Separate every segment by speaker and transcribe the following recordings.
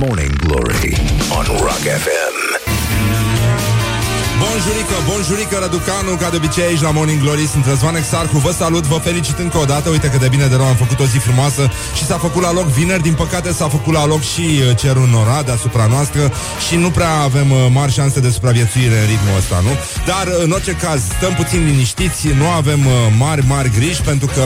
Speaker 1: Morning Glory on Rock FM.
Speaker 2: Bonjurică, bonjurică, Răducanu, ca de obicei aici la Morning Glory sunt Răzvan Exarcu, vă salut, vă felicit încă o dată, uite cât de bine de rău am făcut o zi frumoasă și s-a făcut la loc vineri, din păcate s-a făcut la loc și uh, cerul norat deasupra noastră și nu prea avem uh, mari șanse de supraviețuire în ritmul ăsta, nu? Dar uh, în orice caz, stăm puțin liniștiți, nu avem uh, mari, mari griji pentru că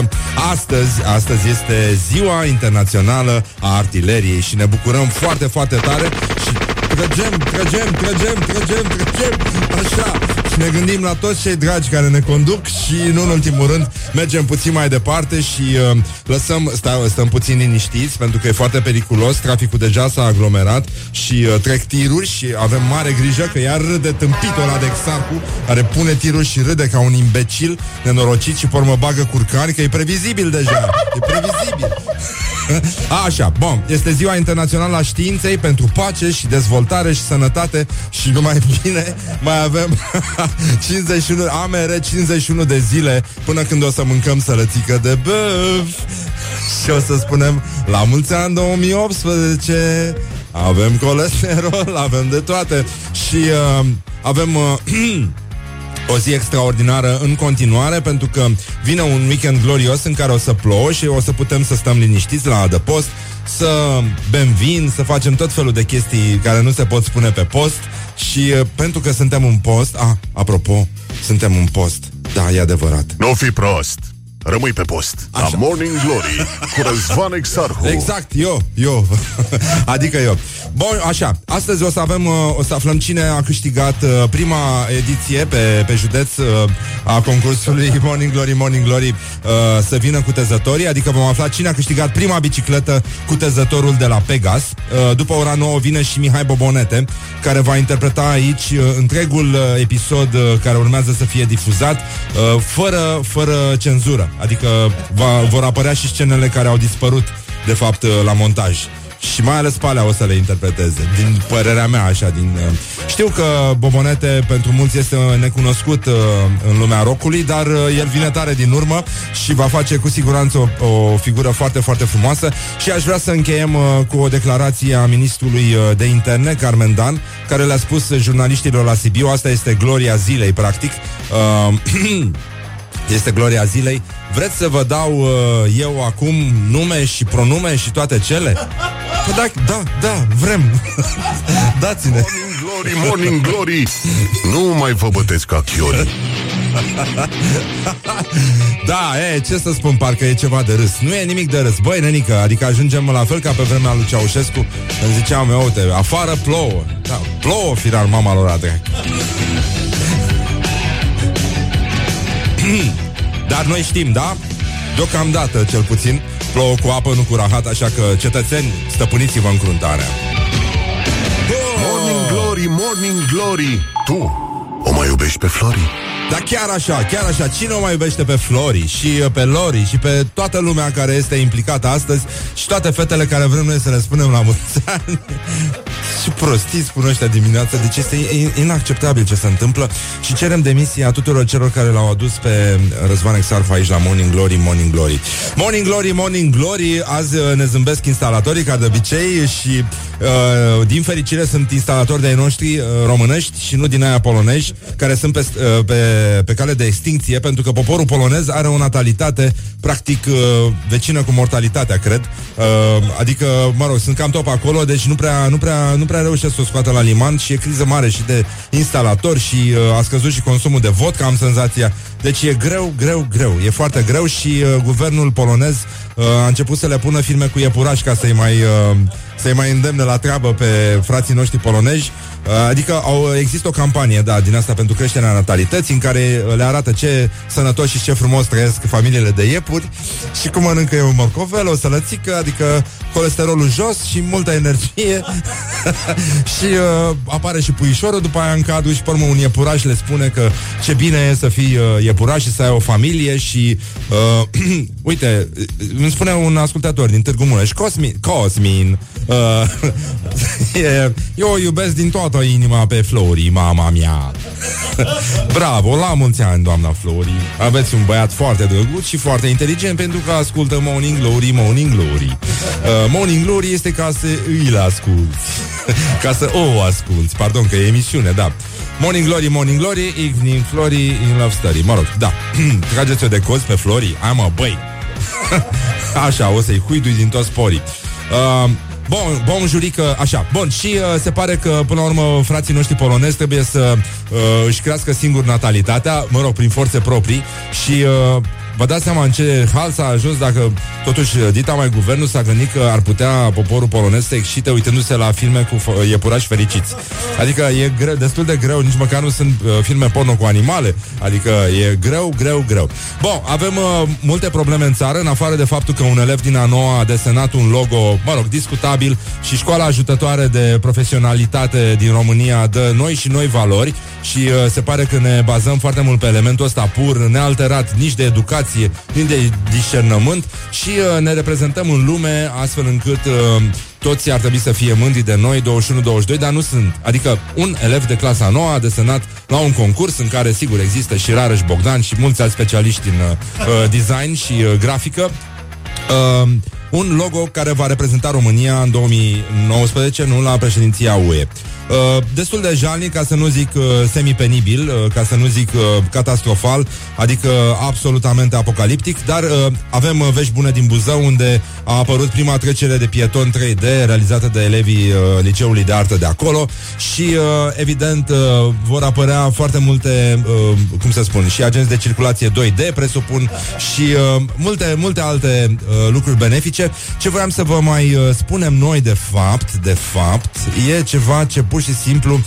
Speaker 2: astăzi, astăzi este ziua internațională a artileriei și ne bucurăm foarte, foarte tare și Trăgem, trăgem, trăgem, trăgem, trăgem Așa Și ne gândim la toți cei dragi care ne conduc Și nu în ultimul rând mergem puțin mai departe Și uh, lăsăm stau, Stăm puțin liniștiți pentru că e foarte periculos Traficul deja s-a aglomerat Și uh, trec tiruri și avem mare grijă Că iar râde tâmpitul ăla de Exarcu Care pune tiruri și râde ca un imbecil Nenorocit și pe urmă bagă curcani Că e previzibil deja E previzibil Așa, bun, este ziua internațională a științei pentru pace și dezvoltare și sănătate și numai bine mai avem 51, amere 51 de zile până când o să mâncăm sărățică de băf și o să spunem la mulți ani 2018 avem colesterol, avem de toate și uh, avem uh, o zi extraordinară în continuare pentru că vine un weekend glorios în care o să plouă și o să putem să stăm liniștiți la adăpost, să bem vin, să facem tot felul de chestii care nu se pot spune pe post și eh, pentru că suntem un post, a, apropo, suntem un post, da, e adevărat.
Speaker 3: Nu fi prost. Rămâi pe post. Așa. La Morning Glory cu Răzvan Exarhu.
Speaker 2: Exact, eu, eu. adică eu. Bun, așa. Astăzi o să avem uh, o să aflăm cine a câștigat uh, prima ediție pe, pe județ uh, a concursului Morning Glory Morning Glory uh, să vină cu tezătorii, adică vom afla cine a câștigat prima bicicletă cu tezătorul de la Pegas. Uh, după ora 9 vine și Mihai Bobonete, care va interpreta aici uh, întregul uh, episod uh, care urmează să fie difuzat uh, fără, fără cenzură. Adică va, vor apărea și scenele care au dispărut, de fapt, uh, la montaj. Și mai ales pe alea o să le interpreteze Din părerea mea, așa din, uh, Știu că Bobonete pentru mulți este uh, necunoscut uh, în lumea rocului Dar uh, el vine tare din urmă Și va face cu siguranță o, o figură foarte, foarte frumoasă Și aș vrea să încheiem uh, cu o declarație a ministrului uh, de interne, Carmen Dan Care le-a spus jurnaliștilor la Sibiu Asta este gloria zilei, practic uh, Este gloria zilei. Vreți să vă dau uh, eu acum nume și pronume și toate cele? Păi da, da, da, vrem. Dați-ne.
Speaker 3: Morning Glory, Morning Glory. Nu mai vă bătesc ca Chiori.
Speaker 2: Da, e, ce să spun, parcă e ceva de râs. Nu e nimic de râs. Băi, nenică, adică ajungem la fel ca pe vremea lui Ceaușescu. Îmi ziceam, eu, uite, afară plouă. Da, plouă, firar, mama lor a dracu. Dar noi știm, da? Deocamdată, cel puțin, plouă cu apă, nu cu rahat, așa că, cetățeni, stăpâniți-vă încruntarea.
Speaker 3: Morning Glory, Morning Glory. Tu o mai iubești pe Flori?
Speaker 2: Dar chiar așa, chiar așa, cine o mai iubește pe Flori și uh, pe Lori și pe toată lumea care este implicată astăzi și toate fetele care vrem noi să le spunem la mulți ani. și prostii spun ăștia dimineața, deci este in- inacceptabil ce se întâmplă și cerem demisia tuturor celor care l-au adus pe Răzvan Exarfa aici la Morning Glory, Morning Glory. Morning Glory, Morning Glory, azi uh, ne zâmbesc instalatorii ca de obicei și uh, din fericire sunt instalatori de ai noștri uh, românești și nu din aia polonești, care sunt pe, uh, pe, pe cale de extinție, pentru că poporul polonez are o natalitate practic uh, vecină cu mortalitatea, cred. Uh, adică, mă rog, sunt cam top acolo, deci nu prea, nu prea, nu prea reușesc să o scoată la liman și e criză mare și de instalatori și uh, a scăzut și consumul de vodka, am senzația. Deci e greu, greu, greu. E foarte greu și uh, guvernul polonez uh, a început să le pună firme cu iepuraș ca să-i mai... Uh, să-i mai îndemne la treabă pe frații noștri polonezi. Uh, Adică au, există o campanie, da, din asta pentru creșterea natalității, în care uh, le arată ce sănătoși și ce frumos trăiesc familiile de iepuri și cum mănâncă eu morcovel, o sălățică, adică colesterolul jos și multă energie și uh, apare și puișorul după aia în cadru și pe urmă un iepuraș le spune că ce bine e să fii uh, iepuraș și să ai o familie și uh, uite, îmi spune un ascultător din Târgu Mureș, Cosmin, Cosmin uh, E, eu o iubesc din toată inima pe Flori, mama mea. Bravo, la mulți ani, doamna Flori. Aveți un băiat foarte drăguț și foarte inteligent pentru că ascultă Morning Glory, Morning Glory. Uh, Morning Glory este ca să îl asculti. ca să o asculti. Pardon, că e emisiune, da. Morning Glory, Morning Glory, Evening Glory, In Love Story. Mă rog, da. Trageți-o de cozi pe Flori. Ai mă, băi. Așa, o să-i huidui din toți porii. Uh, Bun, bun jurică, așa. Bun, și uh, se pare că, până la urmă, frații noștri polonezi trebuie să uh, își crească singur natalitatea, mă rog, prin forțe proprii și uh, vă dați seama în ce hal s-a ajuns dacă, totuși, uh, dita mai guvernul s-a gândit că ar putea poporul polonez să excite uitându-se la filme cu f- iepurași fericiți. Adică e greu, destul de greu, nici măcar nu sunt uh, filme porno cu animale, adică e greu, greu, greu. Bun, avem uh, multe probleme în țară, în afară de faptul că un elev din a noua a desenat un logo, mă rog, discutabil și școala ajutătoare de profesionalitate din România dă noi și noi valori și uh, se pare că ne bazăm foarte mult pe elementul ăsta pur, nealterat, nici de educație, nici de discernământ și uh, ne reprezentăm în lume astfel încât uh, toți ar trebui să fie mândri de noi, 21-22, dar nu sunt. Adică un elev de clasa 9 a desenat la un concurs în care, sigur, există și Rareș Bogdan și mulți alți specialiști în uh, design și uh, grafică, uh, un logo care va reprezenta România în 2019, nu la președinția UE. Uh, destul de jalnic, ca să nu zic uh, semipenibil, uh, ca să nu zic uh, catastrofal, adică absolutamente apocaliptic, dar uh, avem uh, vești bune din Buzău, unde a apărut prima trecere de pieton 3D realizată de elevii uh, Liceului de Artă de acolo și, uh, evident, uh, vor apărea foarte multe, uh, cum să spun, și agenți de circulație 2D, presupun, și uh, multe, multe alte uh, lucruri benefice. Ce voiam să vă mai uh, spunem noi, de fapt, de fapt, e ceva ce pur și simplu...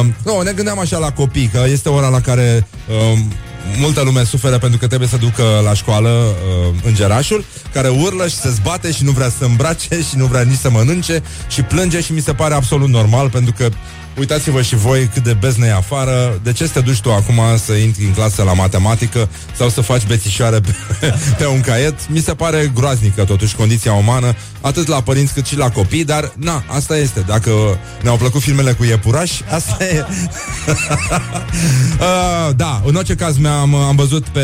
Speaker 2: Uh, no, ne gândeam așa la copii, că este ora la care... Uh, Multă lume suferă pentru că trebuie să ducă la școală uh, îngerașul Care urlă și se zbate și nu vrea să îmbrace Și nu vrea nici să mănânce Și plânge și mi se pare absolut normal Pentru că uitați-vă și voi cât de bezne e afară De ce să te duci tu acum să intri în clasă la matematică Sau să faci bețișoare pe, pe un caiet Mi se pare groaznică totuși condiția umană Atât la părinți cât și la copii Dar na, asta este Dacă ne-au plăcut filmele cu iepurași Asta e Uh, da, în orice caz mi-am am văzut pe,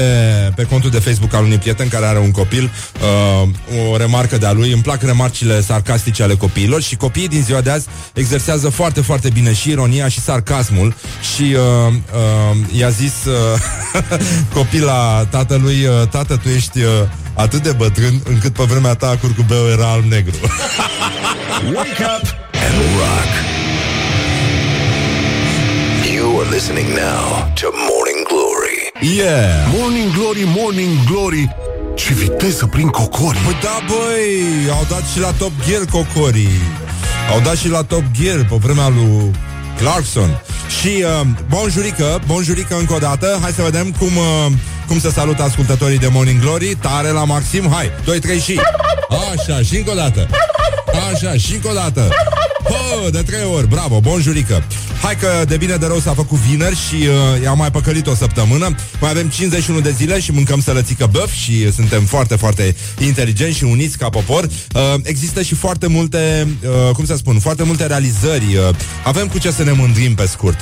Speaker 2: pe contul de Facebook al unui prieten care are un copil uh, o remarcă de-a lui. Îmi plac remarcile sarcastice ale copiilor și copiii din ziua de azi exersează foarte, foarte bine și ironia și sarcasmul și uh, uh, i-a zis uh, copila tatălui, uh, tată, tu ești uh, atât de bătrân încât pe vremea ta curcubeu era alb-negru.
Speaker 1: Wake up and rock. You are listening now to Morning Glory.
Speaker 2: Yeah!
Speaker 3: Morning Glory, Morning Glory Ce viteză prin cocori
Speaker 2: Păi da, băi, au dat și la Top Gear cocorii. Au dat și la Top Gear pe vremea lui Clarkson. Și uh, bonjurică, bonjurică încă o dată. Hai să vedem cum, uh, cum se salută ascultătorii de Morning Glory. Tare la maxim. Hai, 2, 3 și... Așa, și încă o dată. Așa, și încă o dată. Hă, de trei ori, bravo, bonjurică Hai că de bine de rău s-a făcut vineri Și uh, i-am mai păcălit o săptămână Mai avem 51 de zile și mâncăm sălățică băf Și uh, suntem foarte, foarte inteligenți Și uniți ca popor uh, Există și foarte multe, uh, cum să spun Foarte multe realizări uh, Avem cu ce să ne mândrim pe scurt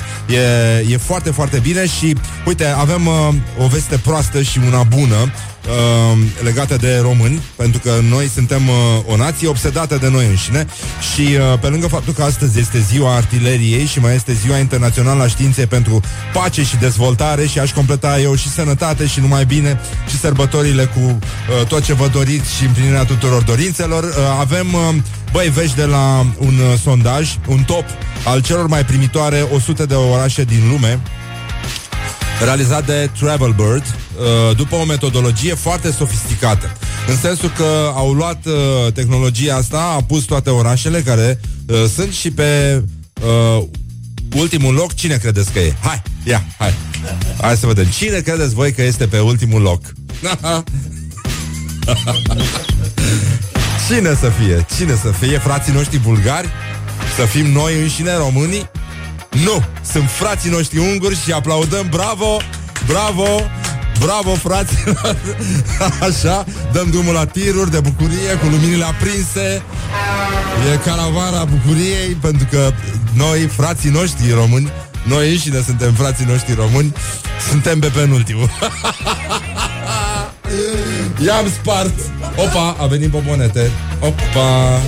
Speaker 2: E, e foarte, foarte bine și Uite, avem uh, o veste proastă și una bună uh, legată de români, pentru că noi suntem uh, o nație obsedată de noi înșine și uh, pe lângă faptul că astăzi este ziua artileriei și mai este ziua internațională a științei pentru pace și dezvoltare și aș completa eu și sănătate și numai bine și sărbătorile cu uh, tot ce vă doriți și împlinirea tuturor dorințelor, uh, avem uh, Băi, vești de la un uh, sondaj, un top al celor mai primitoare 100 de orașe din lume, realizat de Travel Bird uh, după o metodologie foarte sofisticată. În sensul că au luat uh, tehnologia asta, a pus toate orașele care uh, sunt și pe uh, ultimul loc cine credeți că e? Hai, ia, hai. Hai să vedem. Cine credeți voi că este pe ultimul loc? cine să fie? Cine să fie? Frații noștri bulgari? Să fim noi înșine românii? Nu, sunt frații noștri unguri și aplaudăm bravo, bravo, Bravo, fraților! Așa, dăm drumul la tiruri de bucurie, cu luminile aprinse. E caravana bucuriei, pentru că noi, frații noștri români, noi înșine suntem frații noștri români, suntem pe penultimul. I-am spart! Opa, a venit bombonete. Opa!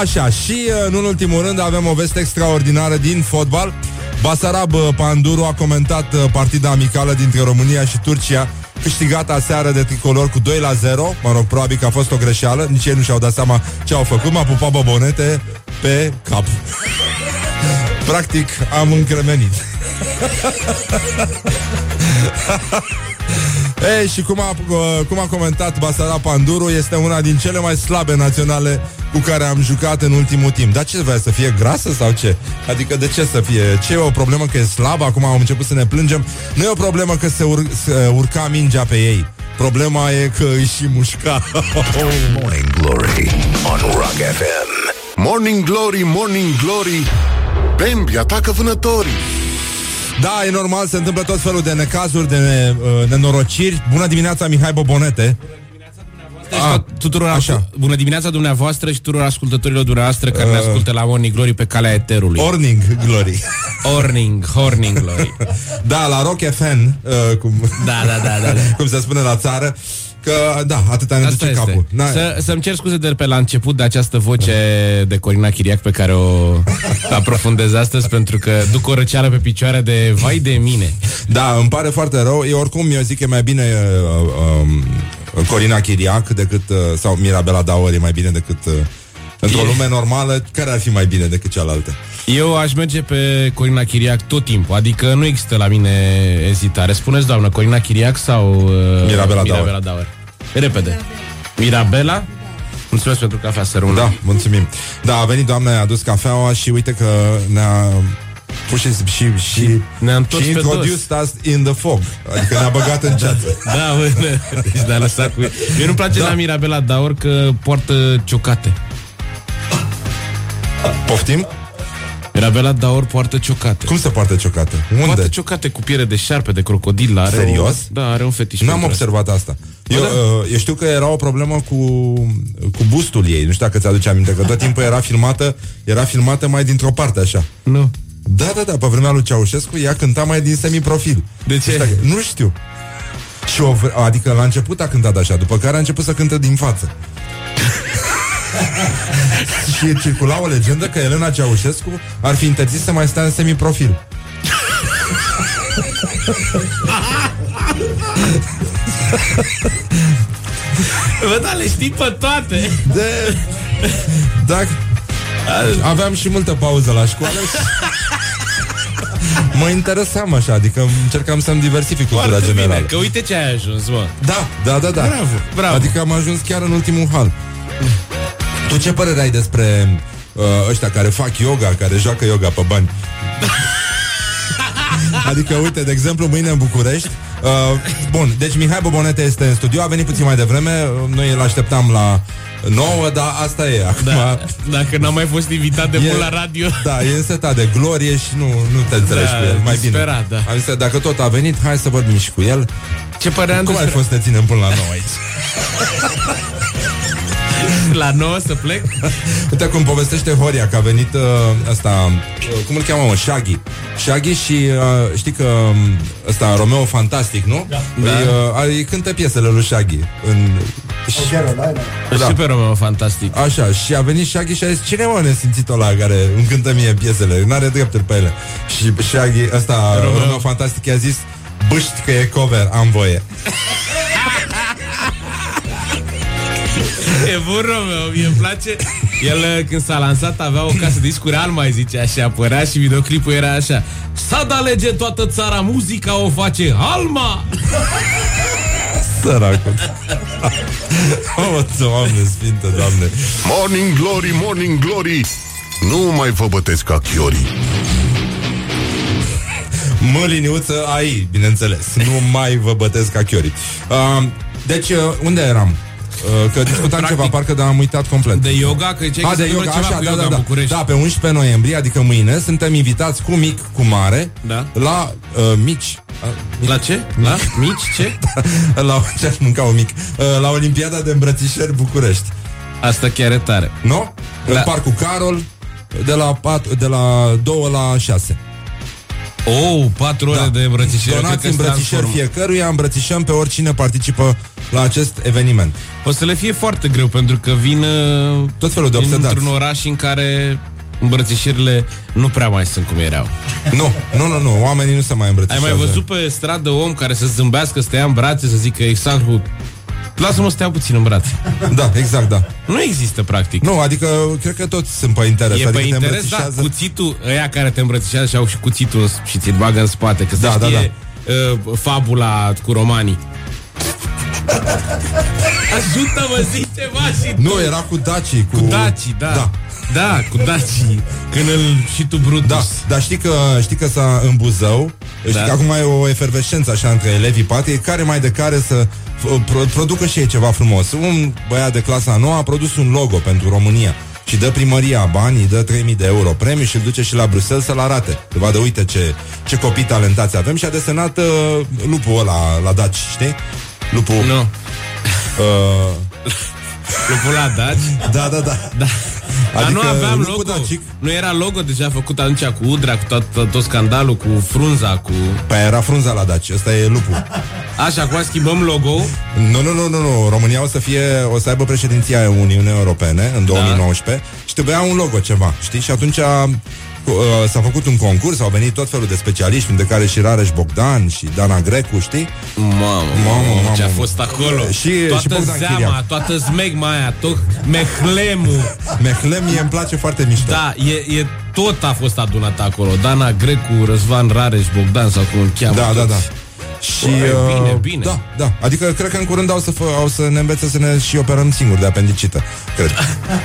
Speaker 2: Așa, și uh, în ultimul rând avem o veste extraordinară din fotbal. Basarab uh, Panduru a comentat uh, partida amicală dintre România și Turcia câștigată aseară de tricolor cu 2 la 0. Mă rog, probabil că a fost o greșeală, nici ei nu și-au dat seama ce au făcut. M-a pupat bobonete pe cap. Practic, am încremenit. Ei, și cum a, uh, cum a comentat Basara Panduru, este una din cele mai slabe naționale cu care am jucat în ultimul timp. Dar ce vrea să fie grasă sau ce? Adică de ce să fie? Ce e o problemă că e slabă? Acum am început să ne plângem. Nu e o problemă că se, ur- se urca mingea pe ei. Problema e că îi și mușca.
Speaker 1: Morning Glory on Rock FM.
Speaker 3: Morning Glory, Morning Glory Bambi atacă vânătorii
Speaker 2: da, e normal, se întâmplă tot felul de necazuri, de uh, nenorociri. Bună dimineața, Mihai Bobonete. Ah,
Speaker 4: A, Deci tuturor
Speaker 2: așa.
Speaker 4: așa. Bună dimineața dumneavoastră și tuturor ascultătorilor dumneavoastră care
Speaker 2: Uh.
Speaker 4: ne ascultă la Morning Glory pe calea eterului. Or-
Speaker 2: Morning Glory.
Speaker 4: Orning, Horning Glory.
Speaker 2: Da, la Rock FM, uh, cum,
Speaker 4: Da, da, da, da, da.
Speaker 2: cum se spune la țară, că da, atâta ne
Speaker 4: Asta
Speaker 2: duce
Speaker 4: este.
Speaker 2: capul. Na,
Speaker 4: Să, să-mi cer scuze de pe la început de această voce de Corina Chiriac pe care o aprofundez astăzi pentru că duc o răceală pe picioare de vai de mine.
Speaker 2: Da, îmi pare foarte rău. Eu oricum, eu zic că e mai bine uh, um, Corina Chiriac decât, uh, sau Mirabela Daur e mai bine decât... Uh, Într-o
Speaker 4: E.
Speaker 2: lume normală, care ar fi mai bine decât cealaltă?
Speaker 4: Eu aș merge pe Corina Chiriac tot timpul, adică nu există la mine ezitare. Spuneți, doamnă, Corina Chiriac sau uh,
Speaker 2: Mirabela Dauer.
Speaker 4: Mirabela Dauer? Repede. Mirabela? Mulțumesc pentru cafea sărună.
Speaker 2: Da, mulțumim. Da, a venit doamna, a adus cafeaua și uite că ne-a pus și, și, și,
Speaker 4: Ne-am întors
Speaker 2: și
Speaker 4: pe
Speaker 2: introduced us in the fog. Adică ne-a băgat în ceață.
Speaker 4: Da, bă, ne- deci ne-a lăsat cu... Mie nu-mi place da. la Mirabela Daur că poartă ciocate.
Speaker 2: Poftim?
Speaker 4: Mirabela Daur poartă ciocate.
Speaker 2: Cum se poartă ciocată? Unde?
Speaker 4: Poartă ciocate cu piele de șarpe, de crocodil. Are
Speaker 2: Serios?
Speaker 4: O... Da, are un fetiș.
Speaker 2: N-am
Speaker 4: pentru
Speaker 2: observat asta. Eu,
Speaker 4: da.
Speaker 2: uh, eu știu că era o problemă cu, cu bustul ei. Nu știu dacă ți-aduce aminte, că tot timpul era filmată, era filmată mai dintr-o parte așa.
Speaker 4: asta. Nu.
Speaker 2: Da, da, da, pe vremea lui Ceaușescu ea cânta mai din semiprofil.
Speaker 4: De
Speaker 2: Nu
Speaker 4: ce?
Speaker 2: știu dacă- Nu știu. Și o, vre- adică la început a cântat așa, după care a început să cânte din față. și circula o legendă că Elena Ceaușescu ar fi interzis să mai stea în semiprofil.
Speaker 4: Bă, da, le știi pe toate.
Speaker 2: De... Dacă... Aveam și multă pauză la școală și... Mă interesam așa, adică încercam să-mi diversific cultura
Speaker 4: Foarte bine,
Speaker 2: generală.
Speaker 4: că uite ce ai ajuns, mă.
Speaker 2: Da, da, da, da.
Speaker 4: Bravo, bravo.
Speaker 2: Adică am ajuns chiar în ultimul hal. Tu ce părere ai despre uh, ăștia care fac yoga, care joacă yoga pe bani? Adică, uite, de exemplu, mâine în București uh, Bun, deci Mihai Bobonete este în studio A venit puțin mai devreme uh, Noi îl așteptam la 9 Dar asta e, acum
Speaker 4: Da, dacă n-am mai fost invitat de
Speaker 2: E-
Speaker 4: mult la radio
Speaker 2: Da, e însetat de glorie și nu, nu te înțelegi
Speaker 4: Da,
Speaker 2: cu el Mai
Speaker 4: disperat,
Speaker 2: bine
Speaker 4: da.
Speaker 2: Am zis, că dacă tot a venit, hai să vorbim și cu el
Speaker 4: Ce părere am
Speaker 2: Cum ai
Speaker 4: despre...
Speaker 2: fost să ținem până la 9 aici?
Speaker 4: La 9 să plec?
Speaker 2: Uite cum povestește Horia că a venit uh, asta, uh, cum îl cheamă, mă, Shaggy. Shaggy și uh, știi că um, ăsta Romeo Fantastic, nu? Da. Îi, uh, îi cântă piesele lui Shaggy. În... Și,
Speaker 4: Da. Și pe Romeo, fantastic
Speaker 2: așa, și a venit Shaggy și a zis, cine mă nesimțit ăla care îmi cântă mie piesele? N-are drepturi pe ele. Și Shaggy, ăsta, Romeo,
Speaker 4: Romeo.
Speaker 2: Romeo Fantastic, i-a zis, bâști că e cover, am voie.
Speaker 4: E bun Romeo, mie îmi place El uh, când s-a lansat avea o casă discuri al mai zice așa Părea și videoclipul era așa Sada lege toată țara, muzica o face Alma!
Speaker 2: Săracul. Mamă, doamne, sfinte, doamne.
Speaker 3: Morning Glory, Morning Glory Nu mai vă bătesc ca chiorii
Speaker 2: Mă liniuță ai, bineînțeles. Nu mai vă bătesc ca Chiori. Uh, deci, uh, unde eram? Uh, că discutam
Speaker 4: Practic-
Speaker 2: ceva, parcă, dar am uitat complet.
Speaker 4: De yoga, că ziceai
Speaker 2: A,
Speaker 4: că
Speaker 2: de
Speaker 4: se
Speaker 2: yoga,
Speaker 4: întâmplă
Speaker 2: așa,
Speaker 4: Exact, ceva cu
Speaker 2: da,
Speaker 4: yoga
Speaker 2: da,
Speaker 4: în
Speaker 2: da.
Speaker 4: București
Speaker 2: Da, pe 11 noiembrie, adică mâine, suntem invitați cu mic, cu mare,
Speaker 4: Da.
Speaker 2: la uh, mici
Speaker 4: La ce?
Speaker 2: Da.
Speaker 4: La mici? Ce?
Speaker 2: La ce-aș mânca un mic Uh, La Olimpiada de îmbrățișări București
Speaker 4: Asta chiar e tare.
Speaker 2: Nu? Da.
Speaker 4: Da.
Speaker 2: În parcul Carol de la, pat, de la 2 la 6
Speaker 4: Oh, patru ore
Speaker 2: Da.
Speaker 4: de îmbrățișări. Eu cred
Speaker 2: Donați
Speaker 4: că se
Speaker 2: îmbrățișări
Speaker 4: transformă.
Speaker 2: fiecăruia Îmbrățișăm pe oricine participă la acest eveniment
Speaker 4: O să le fie foarte greu pentru că vin uh,
Speaker 2: Tot felul de
Speaker 4: într-un
Speaker 2: obsedați
Speaker 4: oraș în care îmbrățișările nu prea mai sunt cum erau. da.
Speaker 2: Nu, nu, nu, nu, oamenii nu se mai
Speaker 4: Ai
Speaker 2: îmbrățișează
Speaker 4: mai văzut pe stradă om care să zâmbească, să te ia în brațe, să zică exact cu... Lasă-mă să te iau puțin în brațe.
Speaker 2: Da, exact, da
Speaker 4: Nu există, practic.
Speaker 2: Nu, adică cred că toți sunt pe interes
Speaker 4: E
Speaker 2: adică
Speaker 4: pe
Speaker 2: te
Speaker 4: interes, da,
Speaker 2: îmbrățișează...
Speaker 4: cuțitul, ăia care te îmbrățișează și au și cuțitul în- și ți-l bagă în spate, că se
Speaker 2: Da, da,
Speaker 4: știe Uh, fabula cu romanii. Ajută-mă, zi ceva și
Speaker 2: Nu, era cu dacii Cu,
Speaker 4: Cu dacii, da.
Speaker 2: da.
Speaker 4: Da, cu dacii. Când îl și tu Brutus.
Speaker 2: Da, dar știi că, știi că s-a în Buzău da. Știi
Speaker 4: Da.
Speaker 2: că acum e o efervescență așa între elevii patriei Care mai de care să f- pro- producă și ei ceva frumos Un băiat de clasa a noua a produs un logo pentru România și dă primăria bani, îi dă 3000 de euro premiu și îl duce și la Bruxelles să-l arate. Să vadă, uite ce, ce copii talentați avem și a desenat uh, lupul ăla la Daci, știi? Lupul...
Speaker 4: Nu,
Speaker 2: Uh,
Speaker 4: lupul la daci.
Speaker 2: da, da, da.
Speaker 4: Da. Dar
Speaker 2: Adică
Speaker 4: nu aveam
Speaker 2: lupul
Speaker 4: logo.
Speaker 2: dacic.
Speaker 4: Nu era logo deja făcut atunci cu Udra, cu tot, tot, tot scandalul, cu frunza, cu...
Speaker 2: Păi era frunza la Daci, ăsta e lupul.
Speaker 4: Așa, acum schimbăm logo
Speaker 2: Nu, nu, nu, nu, nu. România o să fie, o să aibă președinția Uniunii Europene în 2019 da. și trebuia un logo ceva, știi? Și atunci a, cu- uh, s-a făcut un concurs, au venit tot felul de specialiști, între care și Rareș Bogdan și Dana Grecu, știi?
Speaker 4: Mamă,
Speaker 2: Mamă, mamă.
Speaker 4: ce a fost acolo
Speaker 2: Și-
Speaker 4: Toată
Speaker 2: și Bogdan
Speaker 4: zeama,
Speaker 2: Chiriac.
Speaker 4: toată smegma aia Tot mehlemul
Speaker 2: Mehlem mie îmi place foarte mișto.
Speaker 4: Da, e, e, tot a fost adunat acolo Dana Grecu, Răzvan Rareș, Bogdan Sau cum îl cheamă
Speaker 2: da, da.
Speaker 4: toți.
Speaker 2: da. Și,
Speaker 4: Băi, bine,
Speaker 2: uh,
Speaker 4: bine.
Speaker 2: Da, da. Adică cred că în curând au să, fă, au să ne învețe să ne și operăm singuri de apendicită. Cred.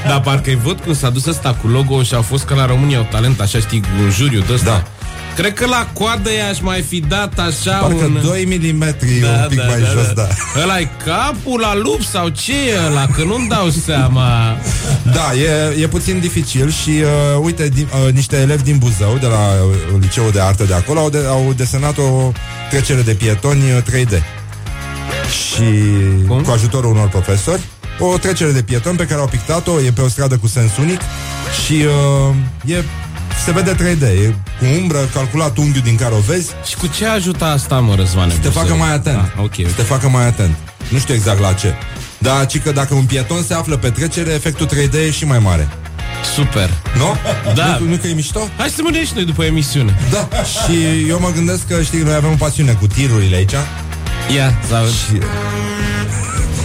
Speaker 4: Dar parcă-i văd cum s-a dus ăsta cu logo și au fost ca la România au talent, așa știi, cu un juriu de ăsta.
Speaker 2: Da.
Speaker 4: Cred că la coadă i-aș mai fi dat așa
Speaker 2: Parcă
Speaker 4: un...
Speaker 2: 2 mm da, un pic da, mai da, jos, da. da.
Speaker 4: Ăla-i capul la lup sau ce e ăla? Că nu-mi dau seama.
Speaker 2: Da, e, e puțin dificil și uh, uite, din, uh, niște elevi din Buzău, de la uh, liceul de artă de acolo, au, de, au desenat o trecere de pietoni uh, 3D. Și Cum?
Speaker 4: Cum?
Speaker 2: cu ajutorul unor profesori, o trecere de pietoni pe care au pictat-o, e pe o stradă cu sens unic și uh, e, se vede 3D, e cu umbră, calculat unghiul din care o vezi,
Speaker 4: Și cu ce ajută asta, mă, Răzvane?
Speaker 2: să te facă mai atent.
Speaker 4: Ah, ok,
Speaker 2: Să te
Speaker 4: ok.
Speaker 2: facă mai atent. Nu știu exact la ce. Dar ci că dacă un pieton se află pe trecere, efectul 3D e și mai mare.
Speaker 4: Super.
Speaker 2: Nu?
Speaker 4: Da.
Speaker 2: Nu, nu că e mișto?
Speaker 4: Hai să mânem și noi după emisiune.
Speaker 2: Da. Și eu mă gândesc că, știi, noi avem o pasiune cu tirurile aici.
Speaker 4: Ia, să aud.
Speaker 2: Și...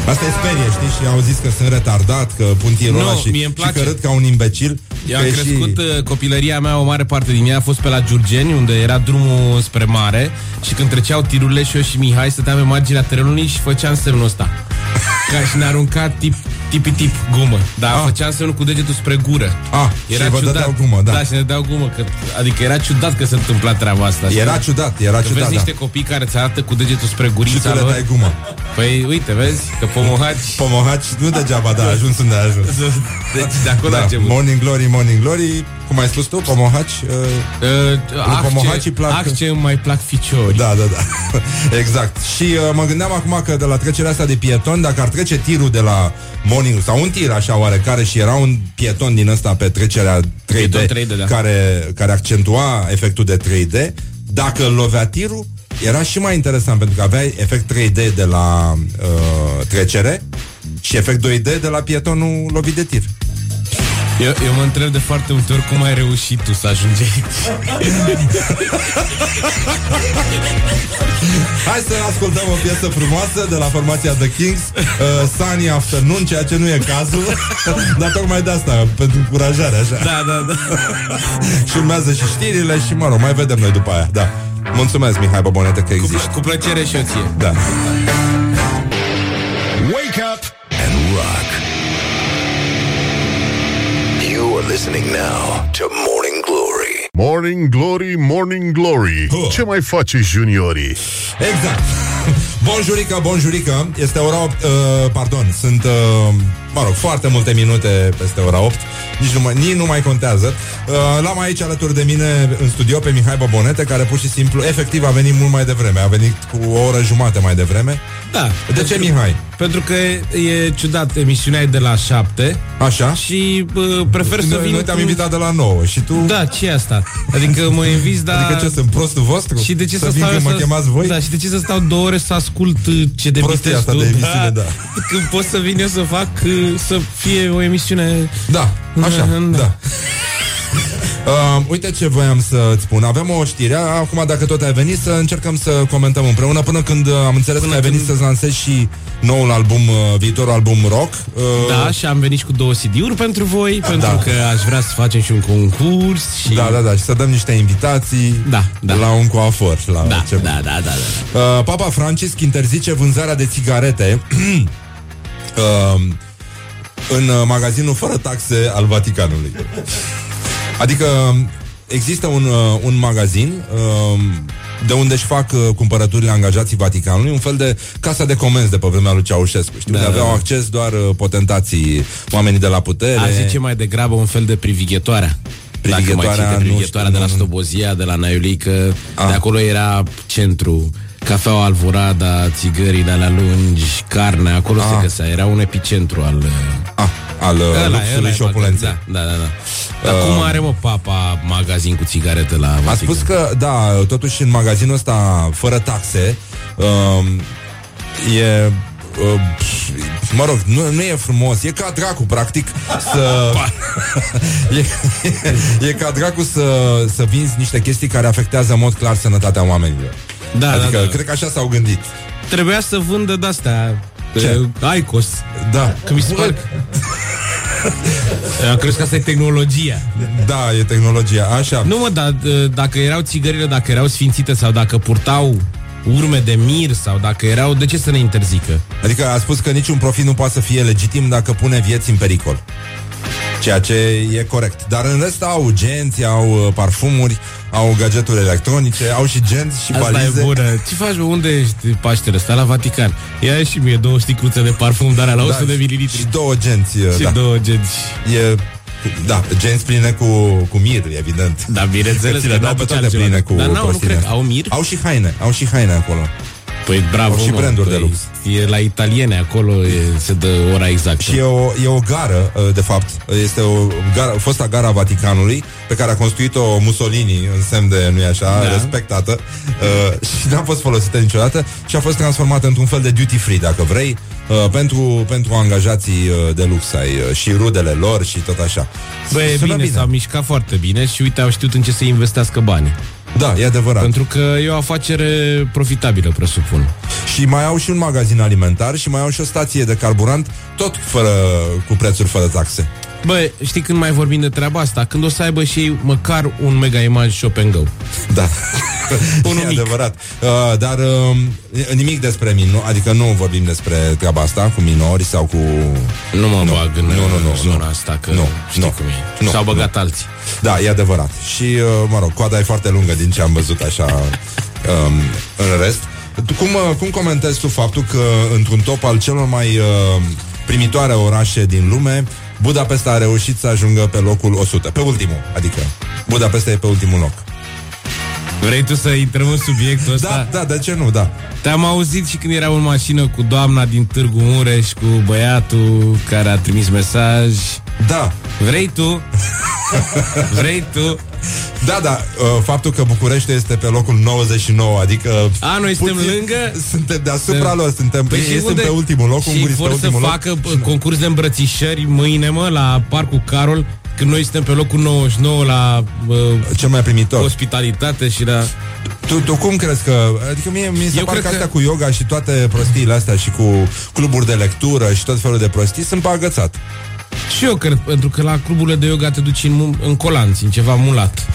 Speaker 2: Asta e sperie, știi? Și au zis că sunt retardat, că pun tirul
Speaker 4: Ah. Nu,
Speaker 2: ăla și,
Speaker 4: mie îmi
Speaker 2: și
Speaker 4: place.
Speaker 2: că râd ca un imbecil.
Speaker 4: Eu am
Speaker 2: Că e
Speaker 4: crescut uh,
Speaker 2: Și...
Speaker 4: și... copilăria mea, o mare parte din ea a fost pe la Giurgeni, unde era drumul spre mare și când treceau tirurile și eu și Mihai stăteam pe marginea terenului și făceam semnul ăsta. Ca și ne arunca tip, tipi tip gumă, dar
Speaker 2: Ah.
Speaker 4: ah. făceam semnul cu degetul spre gură.
Speaker 2: Ah, și vă dădeau gumă, da.
Speaker 4: Da, și ne dau gumă, că, adică era ciudat că se întâmpla treaba asta.
Speaker 2: Era
Speaker 4: știi?
Speaker 2: ciudat, era
Speaker 4: Că vezi
Speaker 2: ciudat, da.
Speaker 4: niște copii care ți arată cu degetul spre
Speaker 2: Și tu
Speaker 4: gurița
Speaker 2: le
Speaker 4: lor.
Speaker 2: dai gumă.
Speaker 4: Păi uite, vezi, că pomohaci...
Speaker 2: Pomohaci, nu degeaba, da, a ajuns unde a ajuns.
Speaker 4: Deci de acolo da, a
Speaker 2: Da,
Speaker 4: început.
Speaker 2: morning glory, morning glory Cum ai spus tu, pomohaci uh,
Speaker 4: Uh,
Speaker 2: Pomohaci
Speaker 4: acce,
Speaker 2: îi plac-
Speaker 4: acce îmi mai plac ficiori.
Speaker 2: Da, da, da. Exact. Și uh, mă gândeam acum că de la trecerea asta de pieton, dacă ar trece tirul de la Morning sau un tir așa oarecare și era un pieton din ăsta pe trecerea 3D,
Speaker 4: Pieton 3D, da.
Speaker 2: care, care accentua efectul de 3D, dacă îl lovea tirul, era și mai interesant pentru că aveai efect 3D de la uh, trecere și efect 2D de la pietonul lovit de tir.
Speaker 4: Eu, eu mă întreb de foarte multe ori cum ai reușit tu să ajungi aici.
Speaker 2: Hai să ascultăm o piesă frumoasă de la formația The Kings, uh, Sunny Afternoon, ceea ce nu e cazul, dar tocmai de asta, pentru încurajare, așa.
Speaker 4: Da, da, da.
Speaker 2: Și urmează și știrile și, mă rog, mai vedem noi după aia, da. Mulțumesc, Mihai Bobonete, că există.
Speaker 4: Cu plăcere și eu ție.
Speaker 2: Da.
Speaker 3: Wake up!
Speaker 1: and rock. You are listening now to Morning Glory.
Speaker 3: Morning glory, morning glory
Speaker 2: Huh.
Speaker 3: Ce mai face juniorii?
Speaker 2: Exact. Bonjurică, bonjurică, este ora 8, uh, pardon, sunt, uh, mă rog, foarte multe minute peste ora 8, nici nu mai, nici nu mai contează. Uh, l-am aici alături de mine în studio pe Mihai Bobonete, care pur și simplu, efectiv, a venit mult mai devreme, a venit cu o oră jumate mai devreme.
Speaker 4: Da.
Speaker 2: De ce, Mihai?
Speaker 4: Pentru că e ciudat, emisiunea e de la 7
Speaker 2: Așa?
Speaker 4: și bă, prefer să
Speaker 2: Noi,
Speaker 4: vin
Speaker 2: noi te-am
Speaker 4: cu-
Speaker 2: invitat de la 9 și tu...
Speaker 4: Da, ce e asta? Adică mă inviți, dar...
Speaker 2: Adică ce, sunt prostul vostru?
Speaker 4: și de ce să,
Speaker 2: să vin
Speaker 4: stau eu
Speaker 2: când mă
Speaker 4: să...
Speaker 2: chemați voi?
Speaker 4: Da, și de ce să stau două ore să ascult uh,
Speaker 2: Prostia
Speaker 4: ce debitezi
Speaker 2: asta
Speaker 4: tu?
Speaker 2: de emisiune, da.
Speaker 4: Când pot să vin eu să fac uh, să fie o emisiune
Speaker 2: Da, așa,
Speaker 4: Mhm,
Speaker 2: da.
Speaker 4: da.
Speaker 2: Uh, uite ce voiam să-ți spun. Avem o știre. Acum, dacă tot ai venit, să încercăm să comentăm împreună până când uh, am înțeles până că ai venit să-ți lansezi și noul album, uh, viitorul album rock. Uh,
Speaker 4: Da, și am venit și cu două CD-uri pentru voi, pentru că aș vrea să facem și un concurs și...
Speaker 2: Da, da, da. Și să dăm niște invitații
Speaker 4: Da, da.
Speaker 2: la un coafor. La
Speaker 4: Da,
Speaker 2: ceva.
Speaker 4: da, da, da, da.
Speaker 2: Uh, Papa Francisc interzice vânzarea de țigarete uh, în uh, magazinul fără taxe al Vaticanului. Adică um, există un, uh, un magazin uh, de unde își fac uh, cumpărăturile angajații Vaticanului, un fel de casa de comenzi de pe vremea lui Ceaușescu, știi? Da. Unde aveau acces doar uh, potentații, oamenii de la putere.
Speaker 4: Aș zice mai degrabă un fel de privighetoarea. Dacă mai
Speaker 2: Privighetoarea,
Speaker 4: ținte
Speaker 2: nu
Speaker 4: privighetoarea
Speaker 2: știu,
Speaker 4: de la
Speaker 2: nu-
Speaker 4: Stobozia, de la Naiulică,
Speaker 2: Ah.
Speaker 4: de acolo era centru. Cafeaua Alvorada, țigării de la lungi, carne, acolo se găsea. Era un epicentru al... uh,
Speaker 2: Ah, al uh, luxului și
Speaker 4: e
Speaker 2: opulenței.
Speaker 4: magazin. Da, da, da. Dar cum are, mă, papa magazin cu țigarete la
Speaker 2: Um. A
Speaker 4: Vatican?
Speaker 2: spus că, da, totuși în magazinul ăsta, fără taxe, um, e... Uh, pf, mă rog, nu, nu e frumos E ca dracu, practic să, e, e ca dracu să, să vinzi niște chestii Care afectează în mod clar sănătatea oamenilor
Speaker 4: Da,
Speaker 2: Adică,
Speaker 4: da, da.
Speaker 2: cred că așa s-au gândit
Speaker 4: Trebuia să vândă de-astea...
Speaker 2: Ce?
Speaker 4: eh, Aicos.
Speaker 2: Da
Speaker 4: Că mi se pare... Am crezut că asta e tehnologia.
Speaker 2: Da, e tehnologia, așa
Speaker 4: Nu mă, dar d- dacă erau țigările, dacă erau sfințite sau dacă purtau urme de mir sau dacă erau... De ce să ne interzică?
Speaker 2: Adică a spus că niciun profit nu poate să fie legitim dacă pune vieți în pericol. Ceea ce e corect. Dar în rest au genți, au uh, parfumuri, au gadgeturi electronice, au și genți și balize.
Speaker 4: Ce faci, bă? Unde ești Paștele? Stai la Vatican. Ia și mie două sticluțe de parfum, dar la 100 de mililitri.
Speaker 2: Da, Și două genți, uh,
Speaker 4: Și
Speaker 2: da.
Speaker 4: două genți.
Speaker 2: E, da, genți pline cu, cu mir, evident.
Speaker 4: Da, bineînțeles.
Speaker 2: Că ți le
Speaker 4: că
Speaker 2: dau
Speaker 4: n-au
Speaker 2: pe
Speaker 4: ce
Speaker 2: toate
Speaker 4: altceva.
Speaker 2: pline cu
Speaker 4: Dar n-au, nu
Speaker 2: prostine.
Speaker 4: cred. Au mir?
Speaker 2: Au și haine, au și haine acolo.
Speaker 4: Păi bravo,
Speaker 2: Au și
Speaker 4: mă,
Speaker 2: branduri de
Speaker 4: păi,
Speaker 2: lux.
Speaker 4: E la italiene, acolo e, se dă ora exactă.
Speaker 2: Și e o, e o gară, uh, de fapt, este o gara, fosta gara a Vaticanului, pe care a construit-o Mussolini, în semn de, nu așa, da.
Speaker 4: Da.
Speaker 2: respectată, uh, și n-a fost folosită niciodată și a fost transformată într-un fel de duty free, dacă vrei, uh, pentru, pentru angajații uh, de lux ai uh, și rudele lor și tot așa.
Speaker 4: Băi,
Speaker 2: Sună
Speaker 4: bine, bine, s-a mișcat foarte bine și uite, au știut în ce să investească bani.
Speaker 2: Da, e adevărat. Pentru...
Speaker 4: Pentru că e o afacere profitabilă, presupun.
Speaker 2: Și mai au și un magazin alimentar și mai au și o stație de carburant, tot fără, cu prețuri fără taxe.
Speaker 4: Bă, știi când mai vorbim de treaba asta? Când o să aibă și ei măcar un mega image shop and go.
Speaker 2: Da.
Speaker 4: Unul
Speaker 2: e
Speaker 4: mic.
Speaker 2: adevărat. Uh, dar uh, nimic despre mine, nu? adică nu vorbim despre treaba asta cu minori sau cu...
Speaker 4: Nu mă bag în
Speaker 2: nu, nu, nu,
Speaker 4: zona
Speaker 2: nu.
Speaker 4: asta, că
Speaker 2: Nu,
Speaker 4: știi
Speaker 2: nu,
Speaker 4: cum e.
Speaker 2: nu,
Speaker 4: S-au băgat alții.
Speaker 2: Da, e adevărat. Și, uh, mă rog, coada e foarte lungă din ce am văzut așa um, în rest. Tu Cum, uh, cum comentezi tu faptul că într-un top al celor mai uh, primitoare orașe din lume, Budapesta a reușit să ajungă pe locul 100, pe ultimul, adică Budapesta e pe ultimul loc.
Speaker 4: Vrei tu să intrăm în subiectul ăsta?
Speaker 2: Da, da, de ce nu, da.
Speaker 4: Te-am auzit și când eram în mașină cu doamna din Târgu Mureș, cu băiatul care a trimis mesaj.
Speaker 2: Da,
Speaker 4: Vrei tu? Vrei tu?
Speaker 2: Da, da, uh, faptul că București este pe locul 99, adică...
Speaker 4: A, noi suntem lângă?
Speaker 2: Suntem deasupra
Speaker 4: Suntem-
Speaker 2: lor, suntem, păi ei sunt pe ultimul loc,
Speaker 4: și
Speaker 2: ungurii sunt
Speaker 4: vor
Speaker 2: pe
Speaker 4: să
Speaker 2: ultimul loc.
Speaker 4: facă bă, concurs de îmbrățișări mâine, mă, la Parcul Carol, când noi suntem pe locul 99 la bă,
Speaker 2: Cel mai primitor.
Speaker 4: ospitalitate și la...
Speaker 2: Tu, tu cum crezi că... Adică mie mi se
Speaker 4: Eu
Speaker 2: pare
Speaker 4: cred
Speaker 2: că
Speaker 4: că-
Speaker 2: astea cu yoga și toate prostiile astea și cu cluburi de lectură și tot felul de prostii sunt pe agățat.
Speaker 4: Și eu cred, pentru că la cluburile de yoga te duci în, mu- în colanți, în ceva mulat.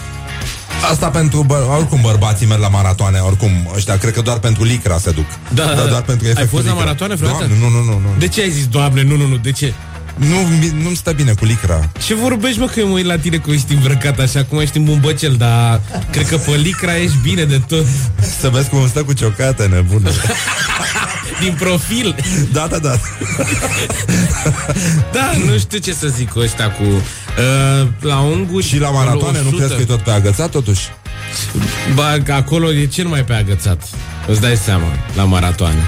Speaker 2: Asta pentru... Bă, oricum bărbații merg la maratoane, oricum. Ăștia cred că doar pentru licra se duc.
Speaker 4: Da,
Speaker 2: Dar
Speaker 4: da, da.
Speaker 2: doar pentru
Speaker 4: Ai
Speaker 2: efectul
Speaker 4: fost la
Speaker 2: licra.
Speaker 4: maratoane vreodată?
Speaker 2: Doamne, Nu, nu, nu, nu.
Speaker 4: De ce ai zis, doamne, nu, nu, nu, de ce?
Speaker 2: Nu, mi- nu-mi stă bine cu licra.
Speaker 4: Ce vorbești, mă, că eu mă uit la tine că ești îmbrăcat așa, cum ești în bumbăcel, dar cred că pe licra ești bine de tot.
Speaker 2: Să vezi cum îmi stă cu ciocată, nebună.
Speaker 4: Din profil.
Speaker 2: Da, da, da.
Speaker 4: Da, nu știu ce să zic cu ăștia cu... Uh, la ungu
Speaker 2: Și la maratoane nu crezi că e tot pe agățat, totuși?
Speaker 4: Ba, că acolo e cel mai pe agățat. Îți dai seama, la maratoane.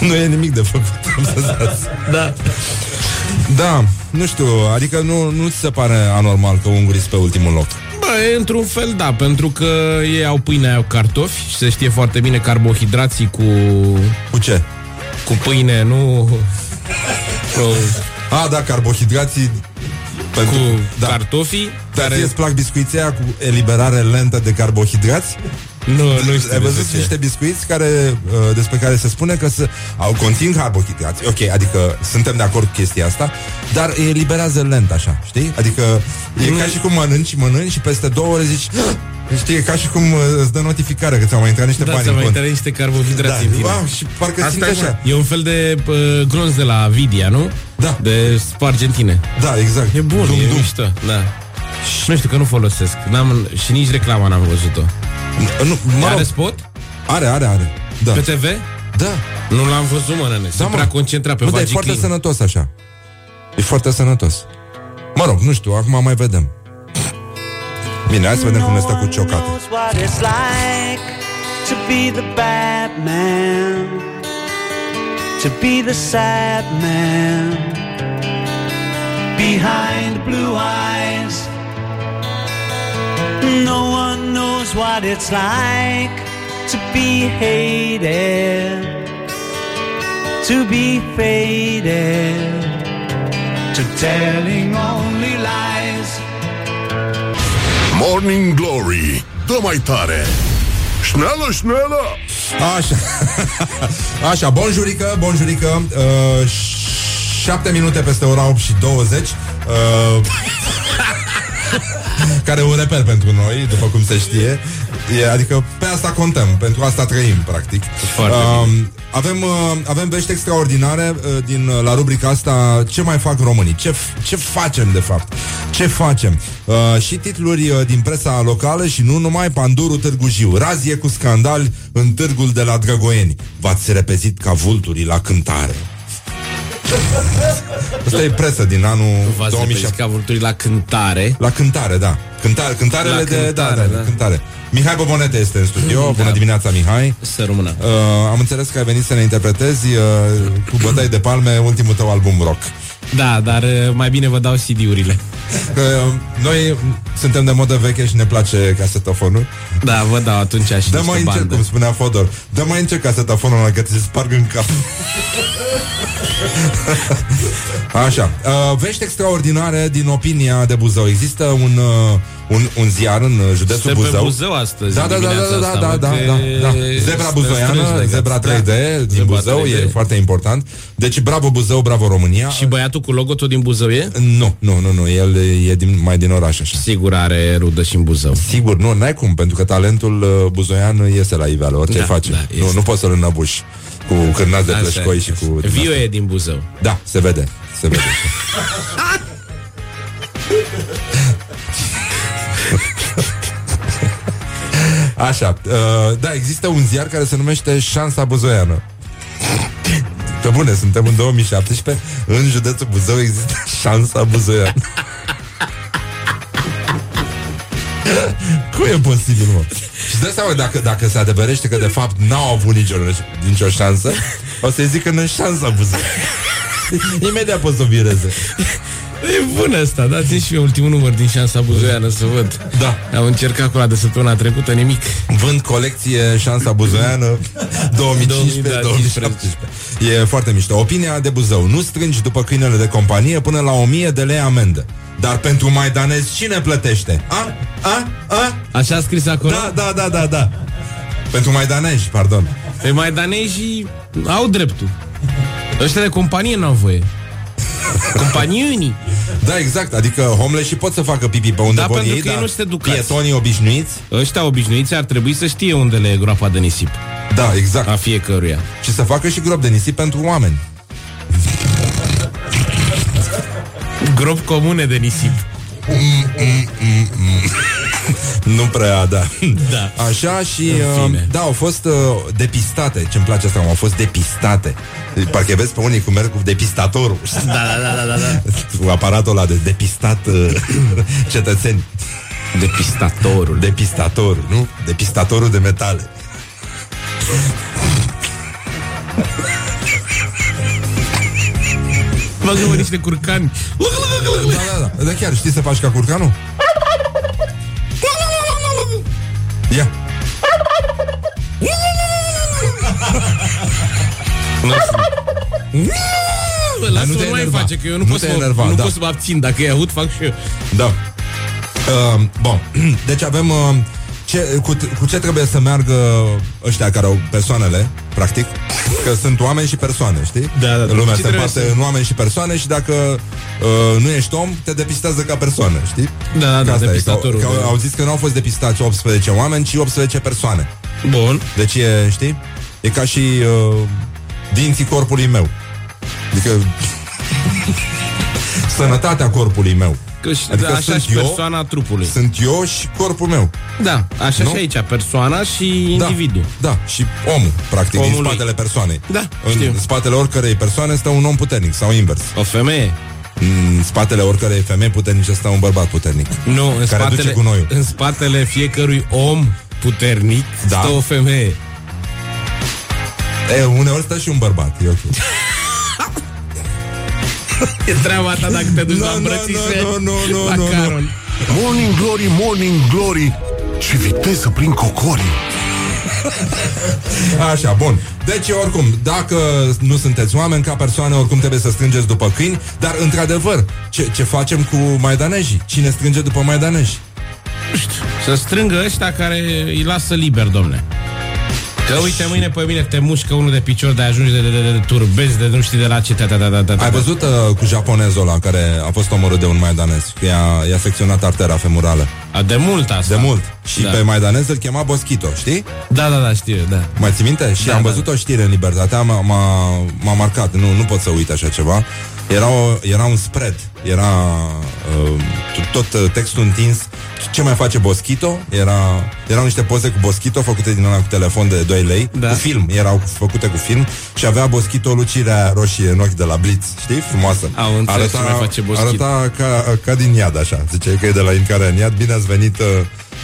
Speaker 2: Nu e nimic de făcut, am să
Speaker 4: Da.
Speaker 2: Da, nu știu, adică nu, nu ți se pare anormal că ungurii sunt pe ultimul loc.
Speaker 4: Bă, e într-un fel, da, pentru că ei au pâine, au cartofi și se știe foarte bine carbohidrații cu,
Speaker 2: Cu ce?
Speaker 4: cu pâine, nu... Cu,
Speaker 2: A, da, carbohidrații pentru...
Speaker 4: cu
Speaker 2: da.
Speaker 4: da. cartofii,
Speaker 2: Dar
Speaker 4: care...
Speaker 2: ție îți plac biscuiții aia cu eliberare lentă de carbohidrați?
Speaker 4: Nu, nu știu
Speaker 2: Ai
Speaker 4: de
Speaker 2: văzut
Speaker 4: ce.
Speaker 2: niște biscuiți care, uh, despre care se spune că se, au conțin carbohidrați. Ok, adică suntem de acord cu chestia asta, dar îi eliberează lent așa, știi? Adică e
Speaker 4: Mm.
Speaker 2: ca și cum mănânci, mănânci și peste două ore zici... Știi, e ca și cum uh, îți dă notificare că ți-au mai intrat niște
Speaker 4: Da,
Speaker 2: bani
Speaker 4: să
Speaker 2: în
Speaker 4: mai
Speaker 2: cont.
Speaker 4: intre niște
Speaker 2: Da,
Speaker 4: carbohidrați în tine.
Speaker 2: wow, și parcă
Speaker 4: Asta
Speaker 2: simți
Speaker 4: e,
Speaker 2: așa.
Speaker 4: mă, e un fel de uh, glonț de la Vidia, nu?
Speaker 2: Da.
Speaker 4: De spargentine.
Speaker 2: Da, exact.
Speaker 4: E bun,
Speaker 2: Dum,
Speaker 4: e
Speaker 2: dum.
Speaker 4: mișto. Da. Și nu știu că nu folosesc. N-am, și nici reclama n-am văzut-o.
Speaker 2: Nu, mă
Speaker 4: Are
Speaker 2: rog,
Speaker 4: spot?
Speaker 2: are, are, are. Da.
Speaker 4: Pe TV?
Speaker 2: Da.
Speaker 4: Nu l-am văzut, mă, nene. Sunt
Speaker 2: mă.
Speaker 4: prea concentrat pe
Speaker 2: nu, dar e
Speaker 4: vagiclin.
Speaker 2: foarte sănătos așa. E foarte sănătos. Mă rog, nu știu, acum mai vedem. Bine, hai să vedem cum ne stă cu
Speaker 5: No
Speaker 2: ciocate.
Speaker 5: one knows what it's like to be the bad man, to be the sad man. Behind blue eyes, no one knows what it's like to be hated, to be faded, to telling only lies.
Speaker 3: Morning Glory Dă mai tare Șnelă, șnelă
Speaker 2: Așa. Așa, bonjurică, bonjurică. Uh, 7 minute peste ora 8 și 20. Uh, care e un reper pentru noi, după cum se știe. E, adică pe asta contăm, pentru asta trăim, practic.
Speaker 4: Foarte
Speaker 2: Um, avem, uh, avem vești extraordinare uh, din uh, la rubrica asta Ce mai fac românii? Ce, f- ce facem de fapt? Ce facem? Uh, și titluri uh, din presa locală și nu numai Pandurul Târgu Jiu. Razie cu scandal în târgul de la Drăgoieni. V-ați repezit ca vulturii la cântare. Asta e presă din anul
Speaker 4: V-ați
Speaker 2: 2007.
Speaker 4: repezit ca vulturii la cântare.
Speaker 2: La cântare, da. Cântare, cântarele
Speaker 4: La
Speaker 2: de...
Speaker 4: cântare,
Speaker 2: da, da, da.
Speaker 4: da.
Speaker 2: Cântare. Mihai Bobonete este în studio.
Speaker 4: Da.
Speaker 2: Bună dimineața, Mihai.
Speaker 4: Să rămână.
Speaker 2: Uh, am înțeles că ai venit să ne interpretezi uh, cu bătăi de palme ultimul tău album rock.
Speaker 4: Da, dar uh, mai bine vă dau CD-urile.
Speaker 2: Uh, noi suntem de modă veche și ne place casetofonul.
Speaker 4: Da, vă dau atunci și
Speaker 2: Dă
Speaker 4: niște
Speaker 2: mai încet,
Speaker 4: bandă.
Speaker 2: cum spunea Fodor. Dă mai încet casetofonul ăla că ți se sparg în cap. Așa. Uh, vești extraordinare din opinia de Buzău. Există un, uh, un, un ziar în uh, județul
Speaker 4: Este pe
Speaker 2: Buzău.
Speaker 4: Buzău astăzi
Speaker 2: Da, da, da,
Speaker 4: dimineața
Speaker 2: da, da,
Speaker 4: asta,
Speaker 2: da, da,
Speaker 4: mă, că
Speaker 2: da, da.
Speaker 4: e-
Speaker 2: Zebra
Speaker 4: sunt
Speaker 2: buzoiană,
Speaker 4: strâns
Speaker 2: zebra
Speaker 4: legați.
Speaker 2: 3D
Speaker 4: Da,
Speaker 2: din
Speaker 4: Zebra
Speaker 2: Buzău,
Speaker 4: 3D.
Speaker 2: e foarte important. Deci bravo Buzău, bravo România.
Speaker 4: Și băiatul cu logo tot din Buzău e?
Speaker 2: Nu, nu, nu, nu, el e din, mai din oraș așa.
Speaker 4: Sigur are rudă și în Buzău.
Speaker 2: Sigur, nu, n-ai cum, pentru că talentul uh, buzoian iese la iveală, orice
Speaker 4: Da,
Speaker 2: face.
Speaker 4: da,
Speaker 2: nu,
Speaker 4: este.
Speaker 2: nu poți să-l înăbuși cu cârnați de
Speaker 4: Așa
Speaker 2: plășcoi
Speaker 4: e.
Speaker 2: și cu...
Speaker 4: Viu e din Buzău.
Speaker 2: Da, se vede, se vede. Așa, uh, da, există un ziar care se numește Șansa Buzoiană. Pe bune, suntem în 2017, în județul Buzău există Șansa Buzoiană. Cum e posibil, mă? Și dai seama, dacă, dacă se adeverește că de fapt n-au avut nicio, nicio șansă, o să-i zică în șansa Buzău. Imediat poți să o vireze.
Speaker 4: E bun asta, dați-mi și eu ultimul număr din șansa buzoiană să văd.
Speaker 2: Da.
Speaker 4: Am încercat cu la de săptămâna trecută, nimic.
Speaker 2: Vând colecție șansa buzoiană Da, 2015-2017. E foarte mișto. Opinia de Buzău. Nu strângi după câinele de companie până la 1000 de lei amendă. Dar pentru maidanez cine plătește? A? A? A?
Speaker 4: Așa a scris acolo?
Speaker 2: Da, da, da, da, da. Pentru maidaneji, pardon.
Speaker 4: Pe maidanezii au dreptul. Ăștia de companie n-au voie. Companiunii.
Speaker 2: Da, exact, adică homeless și pot să facă pipi pe unde
Speaker 4: Da,
Speaker 2: vor
Speaker 4: pentru
Speaker 2: ei,
Speaker 4: că ei
Speaker 2: dar
Speaker 4: nu sunt educați.
Speaker 2: Pietonii obișnuiți
Speaker 4: Ăștia obișnuiți ar trebui să știe unde le e groapa de nisip.
Speaker 2: Da, exact.
Speaker 4: a fiecăruia.
Speaker 2: Și să facă și grob de nisip pentru oameni.
Speaker 4: Grob comune de nisip.
Speaker 2: Nu prea, da.
Speaker 4: Da.
Speaker 2: Așa și,
Speaker 4: În
Speaker 2: uh,
Speaker 4: fine.
Speaker 2: da, au fost uh, depistate. Ce-mi place asta, au fost depistate. Parcă vezi pe unii cum merg cu depistatorul.
Speaker 4: Da, da, da, da, da. da.
Speaker 2: Cu aparatul ăla de depistat uh, cetățeni.
Speaker 4: Depistatorul. De-
Speaker 2: Depistatorul, nu? Depistatorul de metale.
Speaker 4: Băgă niște curcani.
Speaker 2: Da, da, da. Da, chiar știi să faci ca curcanul? Ia.
Speaker 4: Bă, lasă
Speaker 2: nu
Speaker 4: nu
Speaker 2: te
Speaker 4: mai
Speaker 2: enerva.
Speaker 4: face, că eu nu,
Speaker 2: Nu
Speaker 4: pot,
Speaker 2: te
Speaker 4: să,
Speaker 2: enerva,
Speaker 4: nu
Speaker 2: da.
Speaker 4: pot să mă abțin. Dacă e aud, fac și eu.
Speaker 2: Da. Uh, bun. Deci avem... Uh, ce, cu, cu ce trebuie să meargă ăștia care au persoanele, practic? Că sunt oameni și persoane, știi?
Speaker 4: Da, da, da.
Speaker 2: Lumea
Speaker 4: Ce
Speaker 2: se
Speaker 4: trebuie
Speaker 2: împarte
Speaker 4: să-
Speaker 2: în oameni și persoane și dacă uh, nu ești om, te depistează ca persoană, știi?
Speaker 4: Da, da,
Speaker 2: Că
Speaker 4: da,
Speaker 2: asta e,
Speaker 4: depistatorul,
Speaker 2: Că, că
Speaker 4: da.
Speaker 2: au zis că nu au fost depistați 18 oameni, ci 18 persoane.
Speaker 4: Bun.
Speaker 2: Deci e, știi? E ca și uh, dinții corpului meu. Adică... sănătatea corpului meu.
Speaker 4: Că și,
Speaker 2: Adică
Speaker 4: adică așa
Speaker 2: sunt
Speaker 4: și
Speaker 2: eu?
Speaker 4: persoana trupului.
Speaker 2: Sunt eu și corpul meu.
Speaker 4: Da, așa
Speaker 2: Nu?
Speaker 4: și aici, persoana și individul.
Speaker 2: Da, da. și omul, practic, Omului. din
Speaker 4: Omului.
Speaker 2: spatele persoanei.
Speaker 4: Da,
Speaker 2: în
Speaker 4: știu.
Speaker 2: spatele oricărei persoane stă un om puternic sau invers.
Speaker 4: O femeie?
Speaker 2: În spatele oricărei femei puternice stă un bărbat puternic.
Speaker 4: Nu, în
Speaker 2: Care
Speaker 4: spatele,
Speaker 2: duce gunoiul.
Speaker 4: în spatele fiecărui om puternic
Speaker 2: Da.
Speaker 4: stă o femeie.
Speaker 2: E, uneori stă și un bărbat, e ok.
Speaker 4: E treaba ta dacă te duci
Speaker 2: Nu,
Speaker 4: la
Speaker 2: nu,
Speaker 4: îmbrățișe.
Speaker 2: nu, nu, nu,
Speaker 4: la
Speaker 2: nu, nu.
Speaker 4: Carol.
Speaker 3: Morning Glory, Morning Glory Ce viteză prin cocori
Speaker 2: Așa, bun. Deci, oricum, dacă nu sunteți oameni ca persoane, oricum trebuie să strângeți după câini, dar, într-adevăr, ce, ce facem cu maidanejii? Cine strânge după maidanejii?
Speaker 4: Să strângă ăștia care îi lasă liber, domne. Că uite mâine pe mine te mușcă unul de picior de ajungi de, de, de, de turbezi de nu știi de la ce ta, ta, ta, ta, ta, ta.
Speaker 2: Ai văzut uh, cu japonezul ăla care a fost omorât de un maidanez? Că i-a, i-a secționat artera femurală.
Speaker 4: A, de mult asta.
Speaker 2: De mult. Și
Speaker 4: da.
Speaker 2: pe maidanez îl chema Boschito, știi?
Speaker 4: Da, da, da, știu, da.
Speaker 2: Mai ții minte? Și
Speaker 4: Da,
Speaker 2: am
Speaker 4: da,
Speaker 2: văzut o știre în Libertatea, m-a, m-a, m-a marcat, nu, nu pot să uit așa ceva. Era, o, era un spread, era uh, tot uh, textul întins. Ce mai face Boschito? Era, erau niște poze cu Boschito făcute din ăla cu telefon de 2 lei,
Speaker 4: Da.
Speaker 2: cu film, erau făcute cu film și avea Boschito lucirea roșie în ochi de la Blitz, știi? Frumoasă.
Speaker 4: Au înțeles ce mai face Boschito.
Speaker 2: Arăta ca, ca din iad, așa. Zice că e de la intrarea în iad, bine ați venit uh,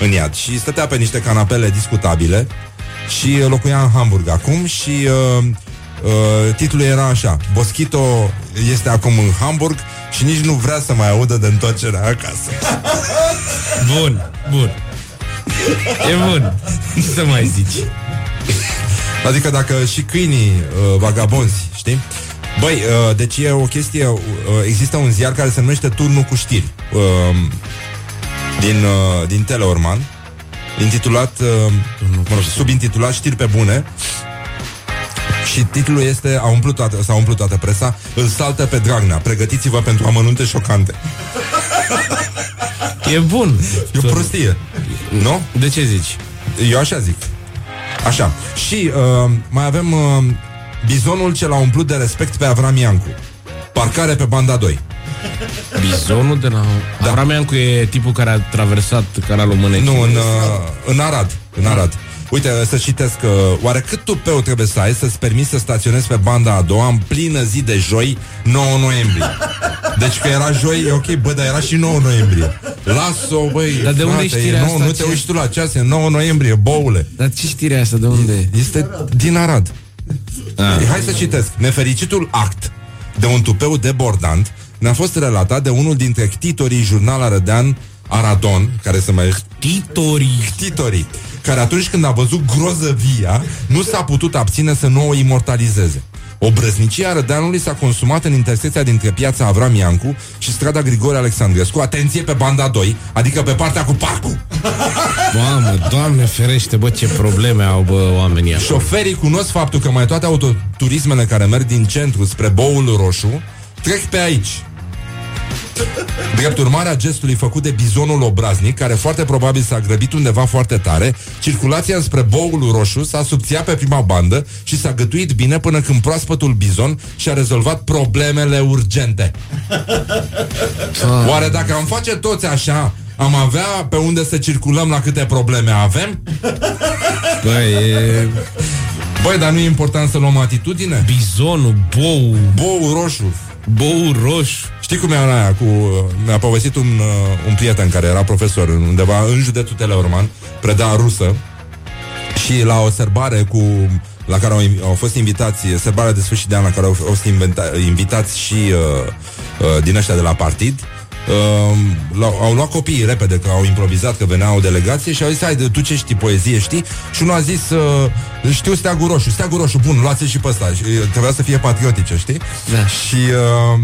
Speaker 2: în iad. Și stătea pe niște canapele discutabile și uh, locuia în Hamburg acum și uh, uh, titlul era așa Boschito este acum în Hamburg și nici nu vrea să mai audă de întoarcerea acasă.
Speaker 4: Bun, bun. E bun. Ce să mai zici?
Speaker 2: Adică dacă și câinii uh, vagabonzi, știi? Băi, uh, deci e o chestie, uh, există un ziar care se numește Turnul cu știri. Uh, din, uh, din Teleorman intitulat, uh, mă rog, subintitulat Știri pe bune și titlul este a umplut toată, S-a umplut toată presa Îl saltă pe Dragnea Pregătiți-vă pentru amănunte șocante
Speaker 4: E bun.
Speaker 2: E o prostie Nu?
Speaker 4: De ce zici?
Speaker 2: Eu așa zic Așa Și uh, mai avem uh, Bizonul ce l-a umplut de respect pe Avram Iancu Parcare pe banda 2
Speaker 4: Bizonul de la... Da. Avramiancu e tipul care a traversat canalul Mânecii.
Speaker 2: Nu, în, uh, în Arad. În Arad. Uite, să citesc. Uh, oare cât tupeu trebuie să ai să-ți permiți să staționezi pe banda a doua în plină zi de joi, 9 noiembrie? Deci că era joi, e ok, bă, dar era și 9 noiembrie. Las-o, băi,
Speaker 4: Dar de unde e
Speaker 2: frate,
Speaker 4: știrea
Speaker 2: e nouă,
Speaker 4: asta,
Speaker 2: Nu te
Speaker 4: ce?
Speaker 2: uiți tu la ceas, e 9 noiembrie, boule.
Speaker 4: Dar ce știrea asta? De unde?
Speaker 2: Este din Arad. Hai să citesc. Nefericitul act de un tupeu debordant ne-a fost relatat de unul dintre ctitorii jurnal arădean Aradon, care se mai
Speaker 4: Titori.
Speaker 2: Titorii, care atunci când a văzut grozăvia, nu s-a putut abține să nu o imortalizeze. Obrăznicia Rădeanului s-a consumat în intersecția dintre piața Avram Iancu și strada Grigore Alexandrescu. Atenție pe banda 2, adică pe partea cu parcul.
Speaker 4: Mamă, doamne ferește, bă, ce probleme au, bă, oamenii acolo.
Speaker 2: Șoferii cunosc faptul că mai toate autoturismele care merg din centru spre Boul Roșu trec pe aici. Drept urmare a gestului făcut de bizonul obraznic, care foarte probabil s-a grăbit undeva foarte tare, circulația spre boul roșu s-a subțiat pe prima bandă și s-a gătuit bine până când proaspătul bizon și-a rezolvat problemele urgente. Oare dacă am face toți așa, am avea pe unde să circulăm la câte probleme avem?
Speaker 4: Băi, e...
Speaker 2: Băi, dar nu e important să luăm atitudine?
Speaker 4: Bizonul, bou,
Speaker 2: Boul roșu,
Speaker 4: bou roșu.
Speaker 2: Știi cum era aia cu... Mi-a povestit un, uh, un prieten care era profesor în- undeva în județul Teleorman, preda rusă și la o serbare cu la care au, au fost invitați, serbarea de sfârșit de an la care au fost inventa, invitați și uh, uh, din ăștia de la partid, uh, l-au- au luat copiii repede, că au improvizat, că venea o delegație și au zis, hai, tu ce știi, poezie știi? Și unul a zis, uh, știu steagul roșu, steagul roșu, bun, luați-l și pe ăsta. Și, uh, Trebuia să fie patriotice, știi?
Speaker 4: Da.
Speaker 2: Și uh,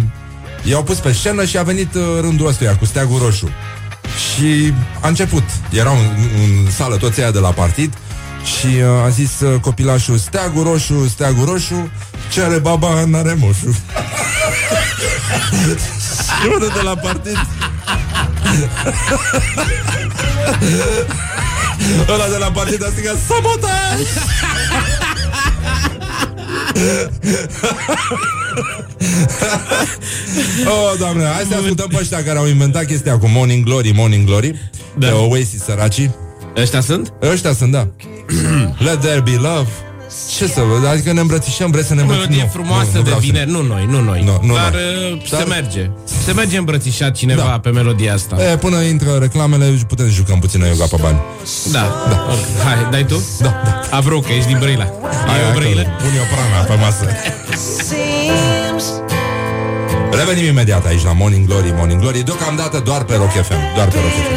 Speaker 2: i-au pus pe scenă și a venit uh, rândul ăstuia cu steagul roșu. Și a început. Erau în, în sală toți aia de la partid și uh, a zis uh, copilașul steagul roșu, steagul roșu, ce are baba, n-are moșu. și unul de la partid Ăla de la partid a strigat Sabotaj! oh, doamne, hai să ascultăm pe ăștia care au inventat chestia cu Morning Glory, Morning Glory da. De Oasis, săracii
Speaker 4: Ăștia sunt?
Speaker 2: Ăștia sunt, da Let there be love Ce să vă, adică ne îmbrățișăm, vreți să ne îmbrățișăm
Speaker 4: Melodie
Speaker 2: Nu,
Speaker 4: frumoasă
Speaker 2: nu, nu
Speaker 4: de
Speaker 2: vreau să-
Speaker 4: vineri, nu noi, nu noi.
Speaker 2: Nu, nu
Speaker 4: Dar
Speaker 2: noi.
Speaker 4: uh,
Speaker 2: Dar-
Speaker 4: se merge. Se merge îmbrățișat cineva
Speaker 2: Da.
Speaker 4: pe melodia asta.
Speaker 2: E, până intră reclamele, putem jucăm puțin yoga pe bani
Speaker 4: Da. da. Hai, dai tu? Da, da. Avru, că ești din Brăila. E o Brăila?
Speaker 2: Pune o prana pe masă Revenim imediat aici la Morning Glory, Morning Glory Deocamdată doar pe Rock FM Doar pe Rock FM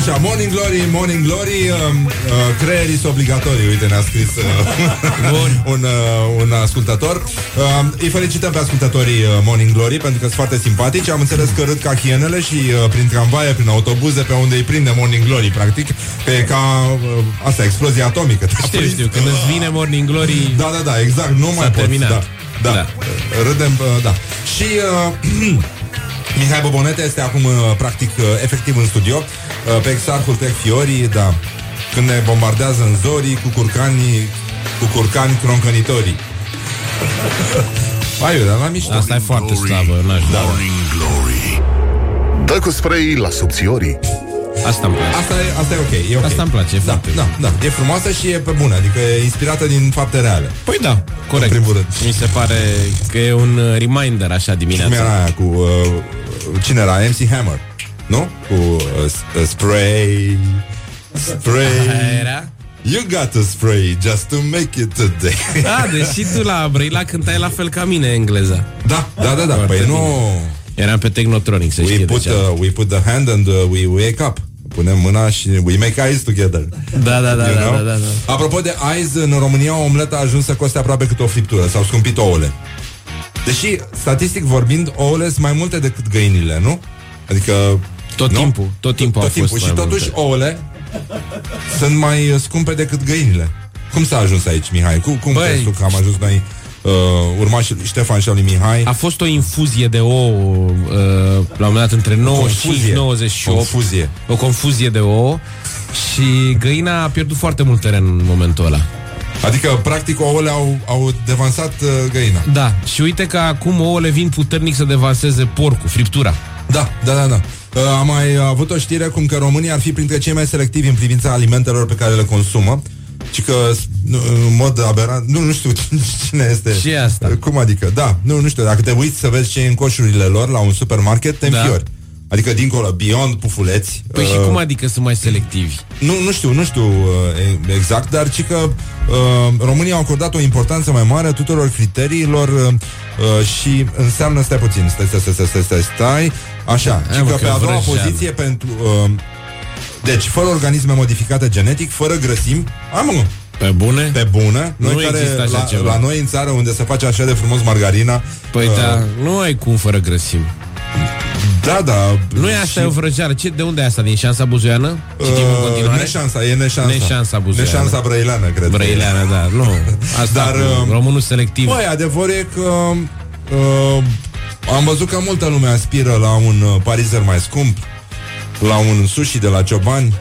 Speaker 2: Așa, Morning Glory, Morning Glory uh, uh, Creierii sunt obligatorii Uite, ne-a scris uh, un, uh, un ascultător uh, Îi felicităm pe ascultătorii uh, Morning Glory Pentru că sunt foarte simpatici Am înțeles că râd ca hienele și uh, prin tramvaie Prin autobuze, pe unde îi prinde Morning Glory Practic, că e ca uh, Asta, explozia atomică Te-a
Speaker 4: Știu,
Speaker 2: prins.
Speaker 4: știu, când îți vine Morning Glory...
Speaker 2: Da, da, da, exact, nu mai pot
Speaker 4: terminat.
Speaker 2: da, da, da,
Speaker 4: Da.
Speaker 2: râdem, uh, da Și uh, Mihai Bobonete este acum uh, practic uh, efectiv în studio uh, Pe Exarhul Tech Fiorii, da Când ne bombardează în zorii cu curcani Cu curcani croncănitorii Ai, dar la mișto
Speaker 4: Asta e foarte slabă, n-aș da.
Speaker 3: Morning Glory. Dă cu spray la subțiorii.
Speaker 4: Asta îmi place.
Speaker 2: Asta e, asta e ok, e ok.
Speaker 4: Asta îmi place,
Speaker 2: da,
Speaker 4: foarte
Speaker 2: da, da, e frumoasă și e pe bună, adică e inspirată din fapte reale.
Speaker 4: Păi da, corect.
Speaker 2: În primul rând.
Speaker 4: Mi se pare că e un uh, reminder așa
Speaker 2: Cum
Speaker 4: dimineața.
Speaker 2: era aia cu... Uh, cine era? MC Hammer, nu? Cu uh, s- uh, spray...
Speaker 4: Aia
Speaker 2: Spray...
Speaker 4: era?
Speaker 2: You got to spray just to make it today.
Speaker 4: Da, deși tu la Brăila cântai la fel ca mine engleza.
Speaker 2: da, da, da, da. Păi nu...
Speaker 4: Eram pe Technotronic, să știi
Speaker 2: We put,
Speaker 4: deja.
Speaker 2: uh, we put the hand and uh, we wake up. Punem mâna și we make eyes together.
Speaker 4: Da, da, da,
Speaker 2: You
Speaker 4: da,
Speaker 2: know?
Speaker 4: da, da, da.
Speaker 2: Apropo de eyes, în România o omletă a ajuns să coste aproape cât o friptură. S-au scumpit ouăle. Deși, statistic vorbind, ouăle sunt mai multe decât găinile, nu? Adică...
Speaker 4: Tot
Speaker 2: nu?
Speaker 4: timpul, tot timpul
Speaker 2: tot
Speaker 4: Păi, a fost
Speaker 2: timpul. Și
Speaker 4: mai
Speaker 2: totuși
Speaker 4: multe.
Speaker 2: ouăle sunt mai uh, scumpe decât găinile. Cum s-a ajuns aici, Mihai? Cum, cum
Speaker 4: Băi.
Speaker 2: crezi tu că am ajuns noi uh, urmașii lui Ștefan și al lui Mihai?
Speaker 4: A fost o infuzie de ouă uh, la un moment dat între 95 și 98.
Speaker 2: Confuzie.
Speaker 4: O confuzie de ouă și găina a pierdut foarte mult teren în momentul ăla.
Speaker 2: Adică, practic, ouăle au, au devansat uh, găina.
Speaker 4: Da, și uite că acum ouăle vin puternic să devanseze porcul, friptura.
Speaker 2: Da, da, da, da. Uh, Am mai avut o știre cum că România ar fi printre cei mai selectivi în privința alimentelor pe care le consumă. Și că, s- nu, în mod aberant, nu, nu știu cine este.
Speaker 4: Ce e asta?
Speaker 2: Cum adică? Da, nu, nu știu. Dacă te uiți să vezi ce e în coșurile lor la un supermarket, te
Speaker 4: Da.
Speaker 2: înfiori. Adică dincolo, beyond pufuleți.
Speaker 4: Păi și
Speaker 2: uh,
Speaker 4: cum adică sunt mai selectivi?
Speaker 2: nu, nu știu, nu știu uh, exact, dar ci că uh, România a acordat o importanță mai mare tuturor criteriilor uh, uh, și înseamnă, stai puțin, stai, stai, stai, stai, stai, stai, stai așa,
Speaker 4: Hai,
Speaker 2: ci
Speaker 4: mă,
Speaker 2: că
Speaker 4: că
Speaker 2: pe a doua
Speaker 4: vrăjeală.
Speaker 2: poziție pentru... Uh, deci, fără organisme modificate genetic, fără grăsimi, am
Speaker 4: Pe bune?
Speaker 2: pe bună, noi
Speaker 4: Nu
Speaker 2: care
Speaker 4: există așa
Speaker 2: la,
Speaker 4: ceva.
Speaker 2: la noi în țară unde se face așa de frumos margarina. uh,
Speaker 4: Păi da, nu ai cum fără grăsimi.
Speaker 2: Da, da.
Speaker 4: Nu e asta e o vrăjeală. Ce, de unde e asta? Din șansa buzoiană? Citim în
Speaker 2: Uh,
Speaker 4: continuare?
Speaker 2: neșansa, e neșansa.
Speaker 4: Neșansa buzoiană.
Speaker 2: Neșansa brăileană, cred.
Speaker 4: Brăileană, da, nu. Asta
Speaker 2: Dar,
Speaker 4: Dar, cu
Speaker 2: um,
Speaker 4: românul selectiv.
Speaker 2: Băi, adevărul e că uh, Am văzut că multă lume aspiră la un uh, parizer mai scump, la un sushi de la ciobani.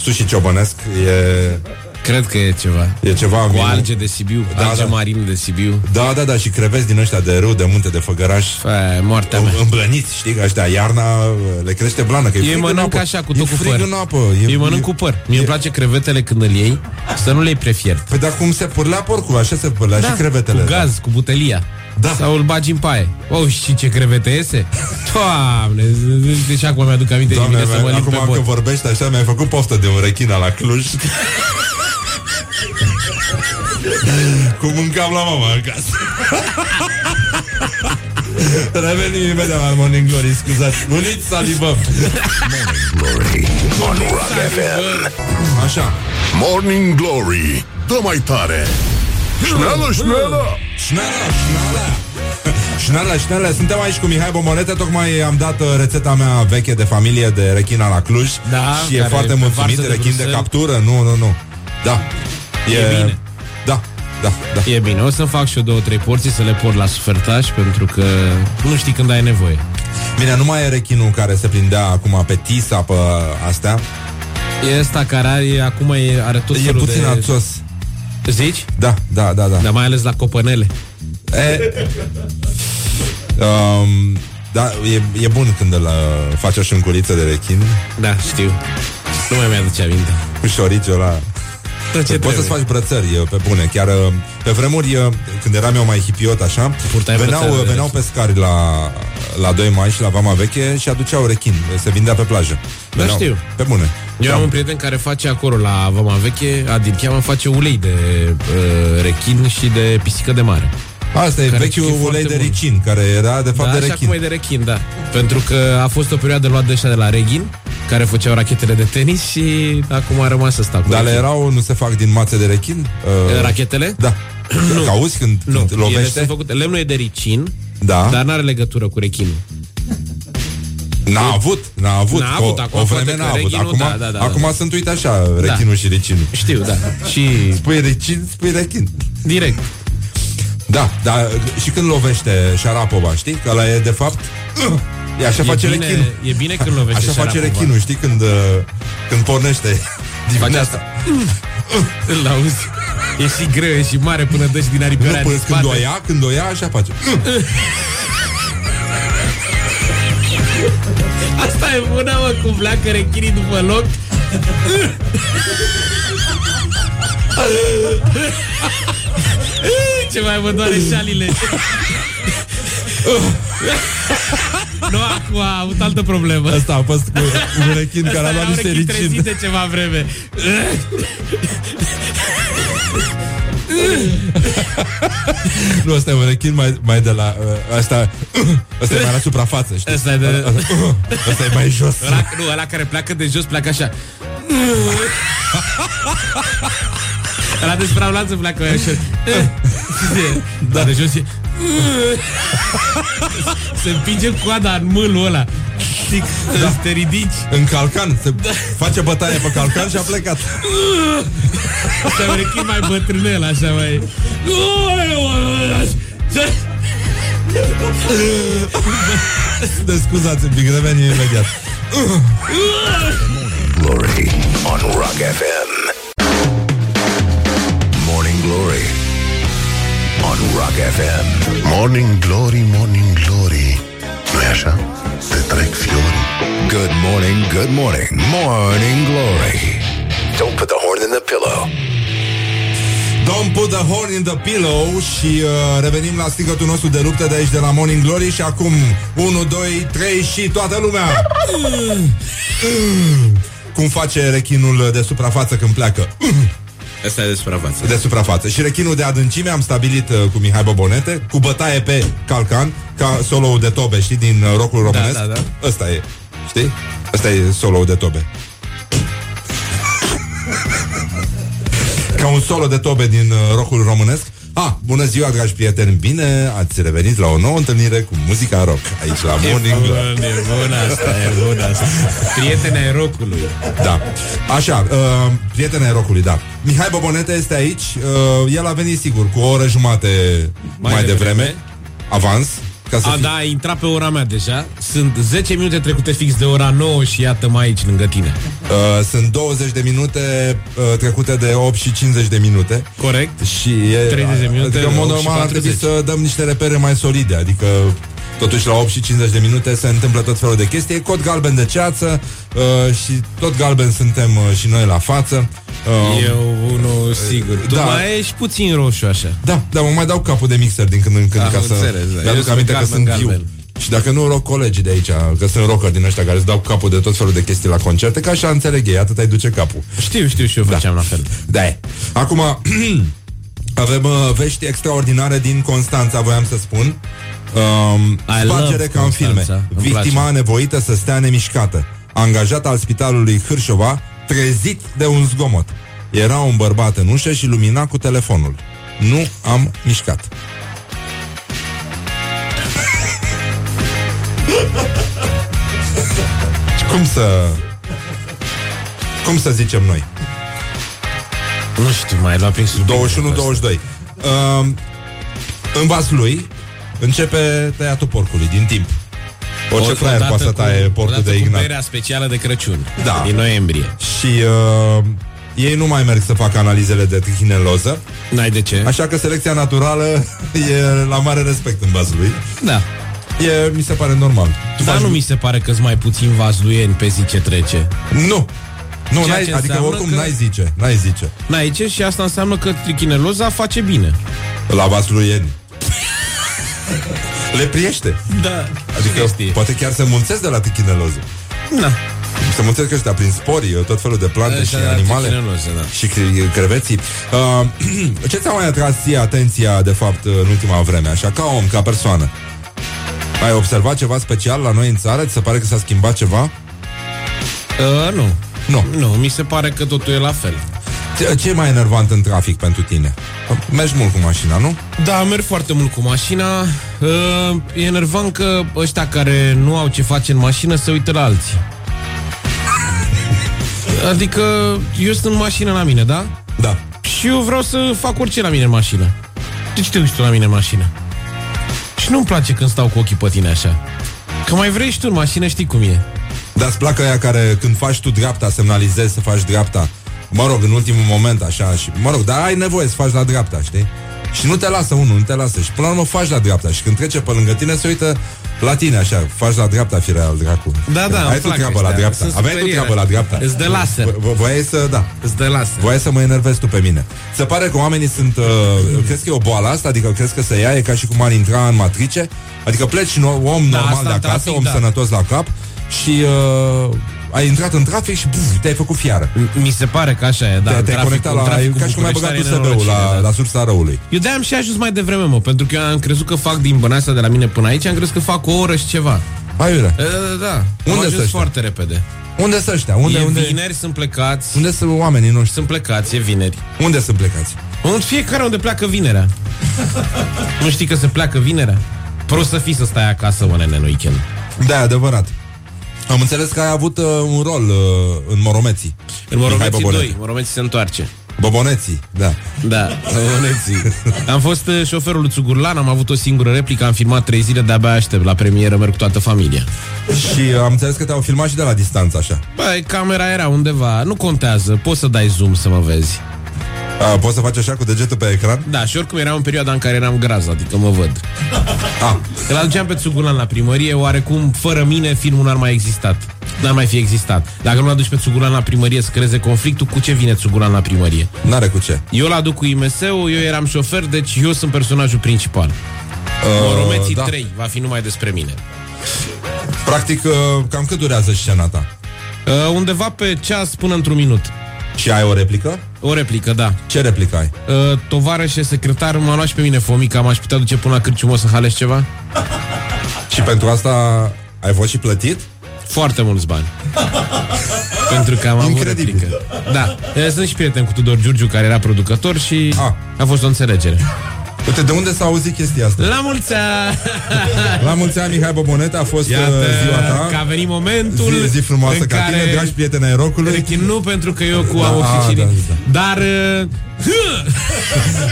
Speaker 2: Sushi ciobănesc e,
Speaker 4: Cred că e ceva.
Speaker 2: e ceva...
Speaker 4: Cu
Speaker 2: minim.
Speaker 4: alge de Sibiu, da,
Speaker 2: Da,
Speaker 4: alge
Speaker 2: da.
Speaker 4: da. marin de Sibiu.
Speaker 2: Da, da, da, și creveți din ăștia de râu, de munte, de făgăraș.
Speaker 4: Fă,
Speaker 2: Oh,
Speaker 4: moartea mea.
Speaker 2: Îmblăniți, știi, că ăștia iarna uh, le crește blană, că e
Speaker 4: Eu
Speaker 2: frig în
Speaker 4: mănânc
Speaker 2: apă.
Speaker 4: așa, cu
Speaker 2: e
Speaker 4: tot cu
Speaker 2: frig
Speaker 4: păr.
Speaker 2: în apă.
Speaker 4: Eu mănânc cu păr. Mie îmi place crevetele când îl iei, să nu le iei prefiert.
Speaker 2: Păi dar cum se pârlea porcul, așa se pârlea și crevetele.
Speaker 4: Da, Cu gaz, cu butelia.
Speaker 2: Da.
Speaker 4: Sau îl bagi în paie. Oh, și ce crevete iese? Doamne, deci acum mi-aduc aminte de
Speaker 2: Doamne,
Speaker 4: mine să mă limp pe
Speaker 2: acum că
Speaker 4: bot.
Speaker 2: vorbești așa, mi-ai făcut poftă de un rechina la Cluj. Cum mâncam la mama acasă. Revenim imediat la Morning Glory, scuzați. Nu nici salivăm.
Speaker 1: on Rock FM.
Speaker 2: Așa.
Speaker 3: Morning Glory Dă mai tare Șneală, șneală
Speaker 2: Șnala, șnala. Șnala, șnala. Suntem aici cu Mihai Bomolete. Tocmai am dat uh, rețeta mea veche de familie de rechina la Cluj.
Speaker 4: Da,
Speaker 2: și e
Speaker 4: care
Speaker 2: foarte
Speaker 4: e pe
Speaker 2: mulțumit.
Speaker 4: varză de
Speaker 2: rechin de
Speaker 4: Bruxelles.
Speaker 2: captură. Nu, nu, nu. Da.
Speaker 4: E bine.
Speaker 2: Da, da, da.
Speaker 4: E bine, o să fac și eu două, trei porții să le port la sufertaș pentru că nu știi când ai nevoie.
Speaker 2: Bine, nu mai e rechinul care se prindea acum pe tisa, pe astea.
Speaker 4: E ăsta care are, acum e, are tot
Speaker 2: e
Speaker 4: felul
Speaker 2: puțin
Speaker 4: de...
Speaker 2: ațos.
Speaker 4: Zici?
Speaker 2: Da, da, da, da.
Speaker 4: Dar mai ales la copănele.
Speaker 2: E, um, da, e, e bun când îl uh, faci o șâncuriță de rechin
Speaker 4: Da, știu. Nu mai mi-aduce aminte.
Speaker 2: cu șoriciul ăla.
Speaker 4: Tot ce
Speaker 2: Poți
Speaker 4: trebuie.
Speaker 2: să-ți faci brățări, e, pe bune. Chiar uh, pe vremuri, uh, când eram eu mai hipiot așa,
Speaker 4: Purtai
Speaker 2: veneau,
Speaker 4: brățări,
Speaker 2: uh, veneau
Speaker 4: vezi.
Speaker 2: pescari la, la 2 mai și la Vama Veche și aduceau rechin. Se vindea pe plajă. Veneau-
Speaker 4: Da, știu.
Speaker 2: Pe bune.
Speaker 4: Eu am un prieten care face acolo la Vama Veche, Adil cheamă, face ulei de uh, rechin și de pisică de mare.
Speaker 2: Asta e
Speaker 4: Care e
Speaker 2: vechiul
Speaker 4: foarte
Speaker 2: ulei de
Speaker 4: bun.
Speaker 2: ricin, care era de fapt
Speaker 4: da,
Speaker 2: de
Speaker 4: așa
Speaker 2: rechin.
Speaker 4: cum e de rechin, da. Pentru că a fost o perioadă luată de ăștia de la Reghin, care făceau rachetele de tenis și acum a rămas ăsta cu
Speaker 2: Dar Da, le
Speaker 4: rechin.
Speaker 2: erau, nu se fac din mațe de rechin? Uh,
Speaker 4: Rachetele?
Speaker 2: Da. Nu. Că auzi când,
Speaker 4: Nu,
Speaker 2: când
Speaker 4: ele
Speaker 2: lovește?
Speaker 4: sunt făcute. Lemnul e de ricin,
Speaker 2: Da.
Speaker 4: dar n-are legătură cu rechinul.
Speaker 2: N-a avut, n-a avut.
Speaker 4: N-a
Speaker 2: că
Speaker 4: avut,
Speaker 2: o-
Speaker 4: acum
Speaker 2: o
Speaker 4: poate
Speaker 2: vreme
Speaker 4: că
Speaker 2: n-a avut.
Speaker 4: rechinul,
Speaker 2: Acum,
Speaker 4: da, da, da,
Speaker 2: acum
Speaker 4: da.
Speaker 2: sunt, uite așa, rechinul și ricinul.
Speaker 4: Știu, da. Și
Speaker 2: Spui ricin, spui rechin.
Speaker 4: direct.
Speaker 2: Da, dar și când lovește șarapova, știi? Că ăla e de fapt... uh, E așa face
Speaker 4: e, bine,
Speaker 2: rechinul.
Speaker 4: e bine când lovește
Speaker 2: Așa face
Speaker 4: șarapova.
Speaker 2: rechinul, știi? Când, uh, când pornește dimineața.
Speaker 4: asta. Îl auzi. E și greu, e și mare până dă și din
Speaker 2: Nu,
Speaker 4: aripioarea
Speaker 2: până
Speaker 4: din
Speaker 2: când
Speaker 4: spate.
Speaker 2: o ia, când o ia, așa face.
Speaker 4: Asta e bună, mă, cum pleacă rechinii după loc. Ce mai mă doare șalile. nu, acum a avut altă problemă.
Speaker 2: Asta a fost cu un rechin care a
Speaker 4: Asta
Speaker 2: luat
Speaker 4: era
Speaker 2: niște
Speaker 4: un rechin
Speaker 2: ricin.
Speaker 4: trezit de ceva vreme.
Speaker 2: Nu, asta e un rechin mai, mai de la... Uh, asta, asta e mai la suprafață, știi?
Speaker 4: Asta e de...
Speaker 2: Asta e mai jos.
Speaker 4: Ăla, nu, ăla care pleacă de jos pleacă așa. ăla de supralanță pleacă mai așa. da. de jos e... Se împinge coada în mâlul ăla. Știi, da. te ridici.
Speaker 2: În calcan, se
Speaker 4: Da.
Speaker 2: face bătaie pe calcan și a plecat.
Speaker 4: Te urechi mai bătrânel, așa mai...
Speaker 2: Deci scuzați un pic, revenim imediat.
Speaker 1: Glory on Rock FM. Morning Glory on Rock FM.
Speaker 3: Morning Glory, Morning Glory nu e așa? Te trec fiori
Speaker 1: Good morning, good morning, Morning Glory. Don't put the horn in the pillow.
Speaker 2: Don't put the horn in the pillow și uh, revenim la sticătul nostru de luptă de aici de la Morning Glory și acum 1, 2, 3 și toată lumea. Cum face rechinul de suprafață când pleacă?
Speaker 4: Asta e de suprafață.
Speaker 2: de suprafață. Și rechinul de adâncime am stabilit uh, cu Mihai Bobonete, cu bătaie pe calcan, ca solo de tobe, știi, din uh, rocul românesc.
Speaker 4: da, da.
Speaker 2: Ăsta e, știi? Ăsta e solo de tobe. ca un solo de tobe din uh, rocul românesc. Ah, bună ziua, dragi prieteni! Bine ați revenit la o nouă întâlnire cu muzica rock aici la Morning Glory.
Speaker 4: Bun, e bun asta, e bun asta. Prietene ai rocului.
Speaker 2: Da. Așa, uh, prietena ai rocului, da. Mihai Bobonete este aici. Uh, el a venit sigur cu o oră jumate mai,
Speaker 4: Mai
Speaker 2: mai devreme.
Speaker 4: devreme.
Speaker 2: Avans. Ca să
Speaker 4: A,
Speaker 2: fii-
Speaker 4: da, a intrat pe ora mea deja. Sunt 10 minute trecute fix de ora 9 și iată mai aici lângă tine.
Speaker 2: Uh, sunt 20 de minute uh, trecute de 8 și 50 de minute.
Speaker 4: Corect?
Speaker 2: Și e,
Speaker 4: 30 de minute,
Speaker 2: Adică, în mod
Speaker 4: 8 și
Speaker 2: normal, ar trebui
Speaker 4: 40.
Speaker 2: să dăm niște repere mai solide. Adică, totuși, la 8 și 50 de minute se întâmplă tot felul de chestii. E cod galben de ceață uh, și tot galben suntem uh, și noi la față. Uh,
Speaker 4: Eu, unul, sigur. Tu
Speaker 2: da.
Speaker 4: mai ești puțin roșu așa.
Speaker 2: Da, dar mă mai dau capul de mixer din când în când
Speaker 4: Am
Speaker 2: ca să
Speaker 4: înțeles, da. Eu
Speaker 2: mi-aduc
Speaker 4: sunt
Speaker 2: aminte că
Speaker 4: galben,
Speaker 2: sunt viu.
Speaker 4: galben.
Speaker 2: Și dacă nu rog colegii de aici, că sunt rocker din ăștia care îți dau capul de tot felul de chestii la concerte, că așa înțeleg ei, atât ai duce capul.
Speaker 4: Știu, știu și eu făceam la fel.
Speaker 2: Da. e. Acum avem uh, vești extraordinare din Constanța, voiam să spun. Um,
Speaker 4: I
Speaker 2: spargere
Speaker 4: love
Speaker 2: ca în filme.
Speaker 4: Constanța, îmi
Speaker 2: Victima
Speaker 4: place.
Speaker 2: nevoită să stea nemișcată. Angajat al spitalului Hârșova, trezit de un zgomot. Era un bărbat în ușă și lumina cu telefonul. Nu am mișcat. Cum să... Cum să zicem noi?
Speaker 4: Nu știu, mai lua prin sub.
Speaker 2: 21-22. Uh, în Vaslui începe tăiatul porcului din timp. Orice fraier poate să taie porcul de
Speaker 4: Cu
Speaker 2: Ignat.
Speaker 4: berea specială de Crăciun.
Speaker 2: Da.
Speaker 4: Din noiembrie.
Speaker 2: Și uh, ei nu mai merg să facă analizele de trichineloză,
Speaker 4: N-ai de ce?
Speaker 2: așa că selecția naturală e la mare respect în Vaslui.
Speaker 4: Da.
Speaker 2: E, mi se pare normal. Tu
Speaker 4: Dar
Speaker 2: faci-
Speaker 4: Da, nu mi se pare că-s mai puțin vazluieni pe zi ce trece.
Speaker 2: Nu! Nu,
Speaker 4: Ceea
Speaker 2: n-ai,
Speaker 4: ce
Speaker 2: adică
Speaker 4: înseamnă
Speaker 2: oricum
Speaker 4: că-
Speaker 2: n-ai zice, n-ai zice.
Speaker 4: N-ai ce și asta înseamnă că trichineloza face bine.
Speaker 2: La vasluieni. Le priește.
Speaker 4: Da.
Speaker 2: Adică poate chiar se munțesc de la trichineloză.
Speaker 4: Na.
Speaker 2: Se mulțesc ăștia prin spori, tot felul de plante
Speaker 4: Da,
Speaker 2: și
Speaker 4: da, da,
Speaker 2: Deci animale
Speaker 4: trichineloză, da.
Speaker 2: și cre- creveții. Uh, ce ți-a mai atras ție atenția, de fapt, uh, în ultima vreme, așa, ca om, ca persoană? Ai observat ceva special la noi în țară? Ți se pare că s-a schimbat ceva?
Speaker 4: Uh, nu.
Speaker 2: Nu.
Speaker 4: Nu, mi se pare că totul e la fel.
Speaker 2: Ce- Ce e mai enervant în trafic pentru tine? Mergi mult cu mașina, nu?
Speaker 4: Da, merg foarte mult cu mașina. Uh, E enervant că ăștia care nu au ce face în mașină se uită la alții. Adică eu sunt în mașină la mine, da?
Speaker 2: Da.
Speaker 4: Și eu vreau să fac orice la mine în mașină. De ce te uiți tu la mine în mașină? Și nu-mi place când stau cu ochii pe tine așa. Că mai vrei și tu în mașină, știi cum e.
Speaker 2: Dar îți plac aia care când faci tu dreapta, semnalizezi să faci dreapta. Mă rog, în ultimul moment, așa, și mă rog, dar ai nevoie să faci la dreapta, știi? Și nu te lasă unul, nu te lasă. Și până la urmă faci la dreapta și când trece pe lângă tine se uită la tine așa, faci la dreapta firea al dracu.
Speaker 4: Da, da,
Speaker 2: Ai
Speaker 4: îmi
Speaker 2: tu
Speaker 4: plac
Speaker 2: treabă
Speaker 4: ăștia,
Speaker 2: la dreapta.
Speaker 4: sunt
Speaker 2: Aveai tu
Speaker 4: superior.
Speaker 2: treabă la dreapta.
Speaker 4: Îți dă laser.
Speaker 2: V- v- Voiai să, da.
Speaker 4: Îți dă lasă.
Speaker 2: Voiai să mă enervezi tu pe mine. Se pare că oamenii sunt... Uh, crezi că e o boală asta? Adică crezi că se ia? E ca și cum ar intra în matrice? Adică pleci un om normal
Speaker 4: asta
Speaker 2: de
Speaker 4: în
Speaker 2: acasă,
Speaker 4: trafic,
Speaker 2: om
Speaker 4: da.
Speaker 2: sănătos la cap și uh, ai intrat în trafic și buf, te-ai făcut fiară.
Speaker 4: Mi se pare că așa e, da.
Speaker 2: te,
Speaker 4: în
Speaker 2: te-ai
Speaker 4: traficul-
Speaker 2: conectat
Speaker 4: în
Speaker 2: la...
Speaker 4: traficul
Speaker 2: ca și cum ai
Speaker 4: București
Speaker 2: băgat
Speaker 4: are
Speaker 2: USB-ul
Speaker 4: nenorocire,
Speaker 2: la,
Speaker 4: da.
Speaker 2: la sursa răului.
Speaker 4: Eu de-aia am și ajuns mai devreme, mă, pentru că eu am crezut că fac din băna asta de la mine până aici, am crezut că fac o oră și ceva.
Speaker 2: Hai, uite.
Speaker 4: E, Da, da.
Speaker 2: Unde
Speaker 4: am
Speaker 2: sunt
Speaker 4: ajuns
Speaker 2: ăștia?
Speaker 4: foarte repede.
Speaker 2: Unde sunt ăștia? Unde,
Speaker 4: e
Speaker 2: unde,
Speaker 4: vineri, sunt plecați.
Speaker 2: unde sunt oamenii noștri?
Speaker 4: Sunt plecați, e vineri.
Speaker 2: Unde sunt plecați?
Speaker 4: În fiecare unde pleacă vinerea. nu știi că se pleacă vinerea? Prost să fii să stai acasă, mă, nene, în weekend.
Speaker 2: Da, e adevărat. Am înțeles că ai avut uh, un rol uh, în Moromeții.
Speaker 4: În
Speaker 2: Mihai
Speaker 4: Moromeții
Speaker 2: Bobonete.
Speaker 4: 2, Moromeții se întoarce.
Speaker 2: Boboneții, da.
Speaker 4: Da, Moromeții. Am fost uh, șoferul lui Țugurlan, am avut o singură replică, am filmat trei zile, de-abia aștept la premieră, merg cu toată familia.
Speaker 2: Și uh, am înțeles că te-au filmat și de la distanță, așa.
Speaker 4: Băi, camera era undeva, nu contează, poți să dai zoom să mă vezi.
Speaker 2: A, poți să faci așa cu degetul pe ecran?
Speaker 4: Da, și oricum era în perioada în care eram graz, adică mă văd.
Speaker 2: A,
Speaker 4: Îl aduceam pe Țugulan la primărie, oarecum fără mine filmul n-ar mai existat. N-ar mai fi existat. Dacă nu-l aduci pe Țugulan la primărie să creeze conflictul, cu ce vine Țugulan la primărie?
Speaker 2: n-are cu ce.
Speaker 4: Eu l-aduc cu IMS-ul, eu eram șofer, deci eu sunt personajul principal. Uh, Moromeții
Speaker 2: da.
Speaker 4: da. 3 va fi numai despre mine.
Speaker 2: Practic, uh, cam cât durează scena ta?
Speaker 4: Uh, undeva pe ceas până într-un minut.
Speaker 2: Și ai o replică?
Speaker 4: O replică, da.
Speaker 2: Ce replică ai?
Speaker 4: Uh, tovarășe secretar, m-a luat și pe mine fomica, m-aș putea duce până la Cârciumă să halești ceva?
Speaker 2: Și pentru asta ai fost și plătit?
Speaker 4: Foarte mulți bani. Pentru că am avut
Speaker 2: Incredibil.
Speaker 4: replică. Da. E, Sunt și prieten cu Tudor Giurgiu, care era producător și
Speaker 2: Ah.
Speaker 4: a, a fost o înțelegere.
Speaker 2: Uite, de unde s-a auzit chestia asta?
Speaker 4: La mulți ani!
Speaker 2: La mulți ani, Mihai Bobonete, a fost Iată,
Speaker 4: Iată
Speaker 2: ziua
Speaker 4: că a
Speaker 2: ta.
Speaker 4: venit momentul
Speaker 2: Zi, zi frumoasă
Speaker 4: în
Speaker 2: ca
Speaker 4: care
Speaker 2: tine, dragi prieteni ai rocului.
Speaker 4: Cred că nu pentru că eu cu
Speaker 2: Da,
Speaker 4: am
Speaker 2: a,
Speaker 4: oxigenii.
Speaker 2: da,
Speaker 4: Dar uh,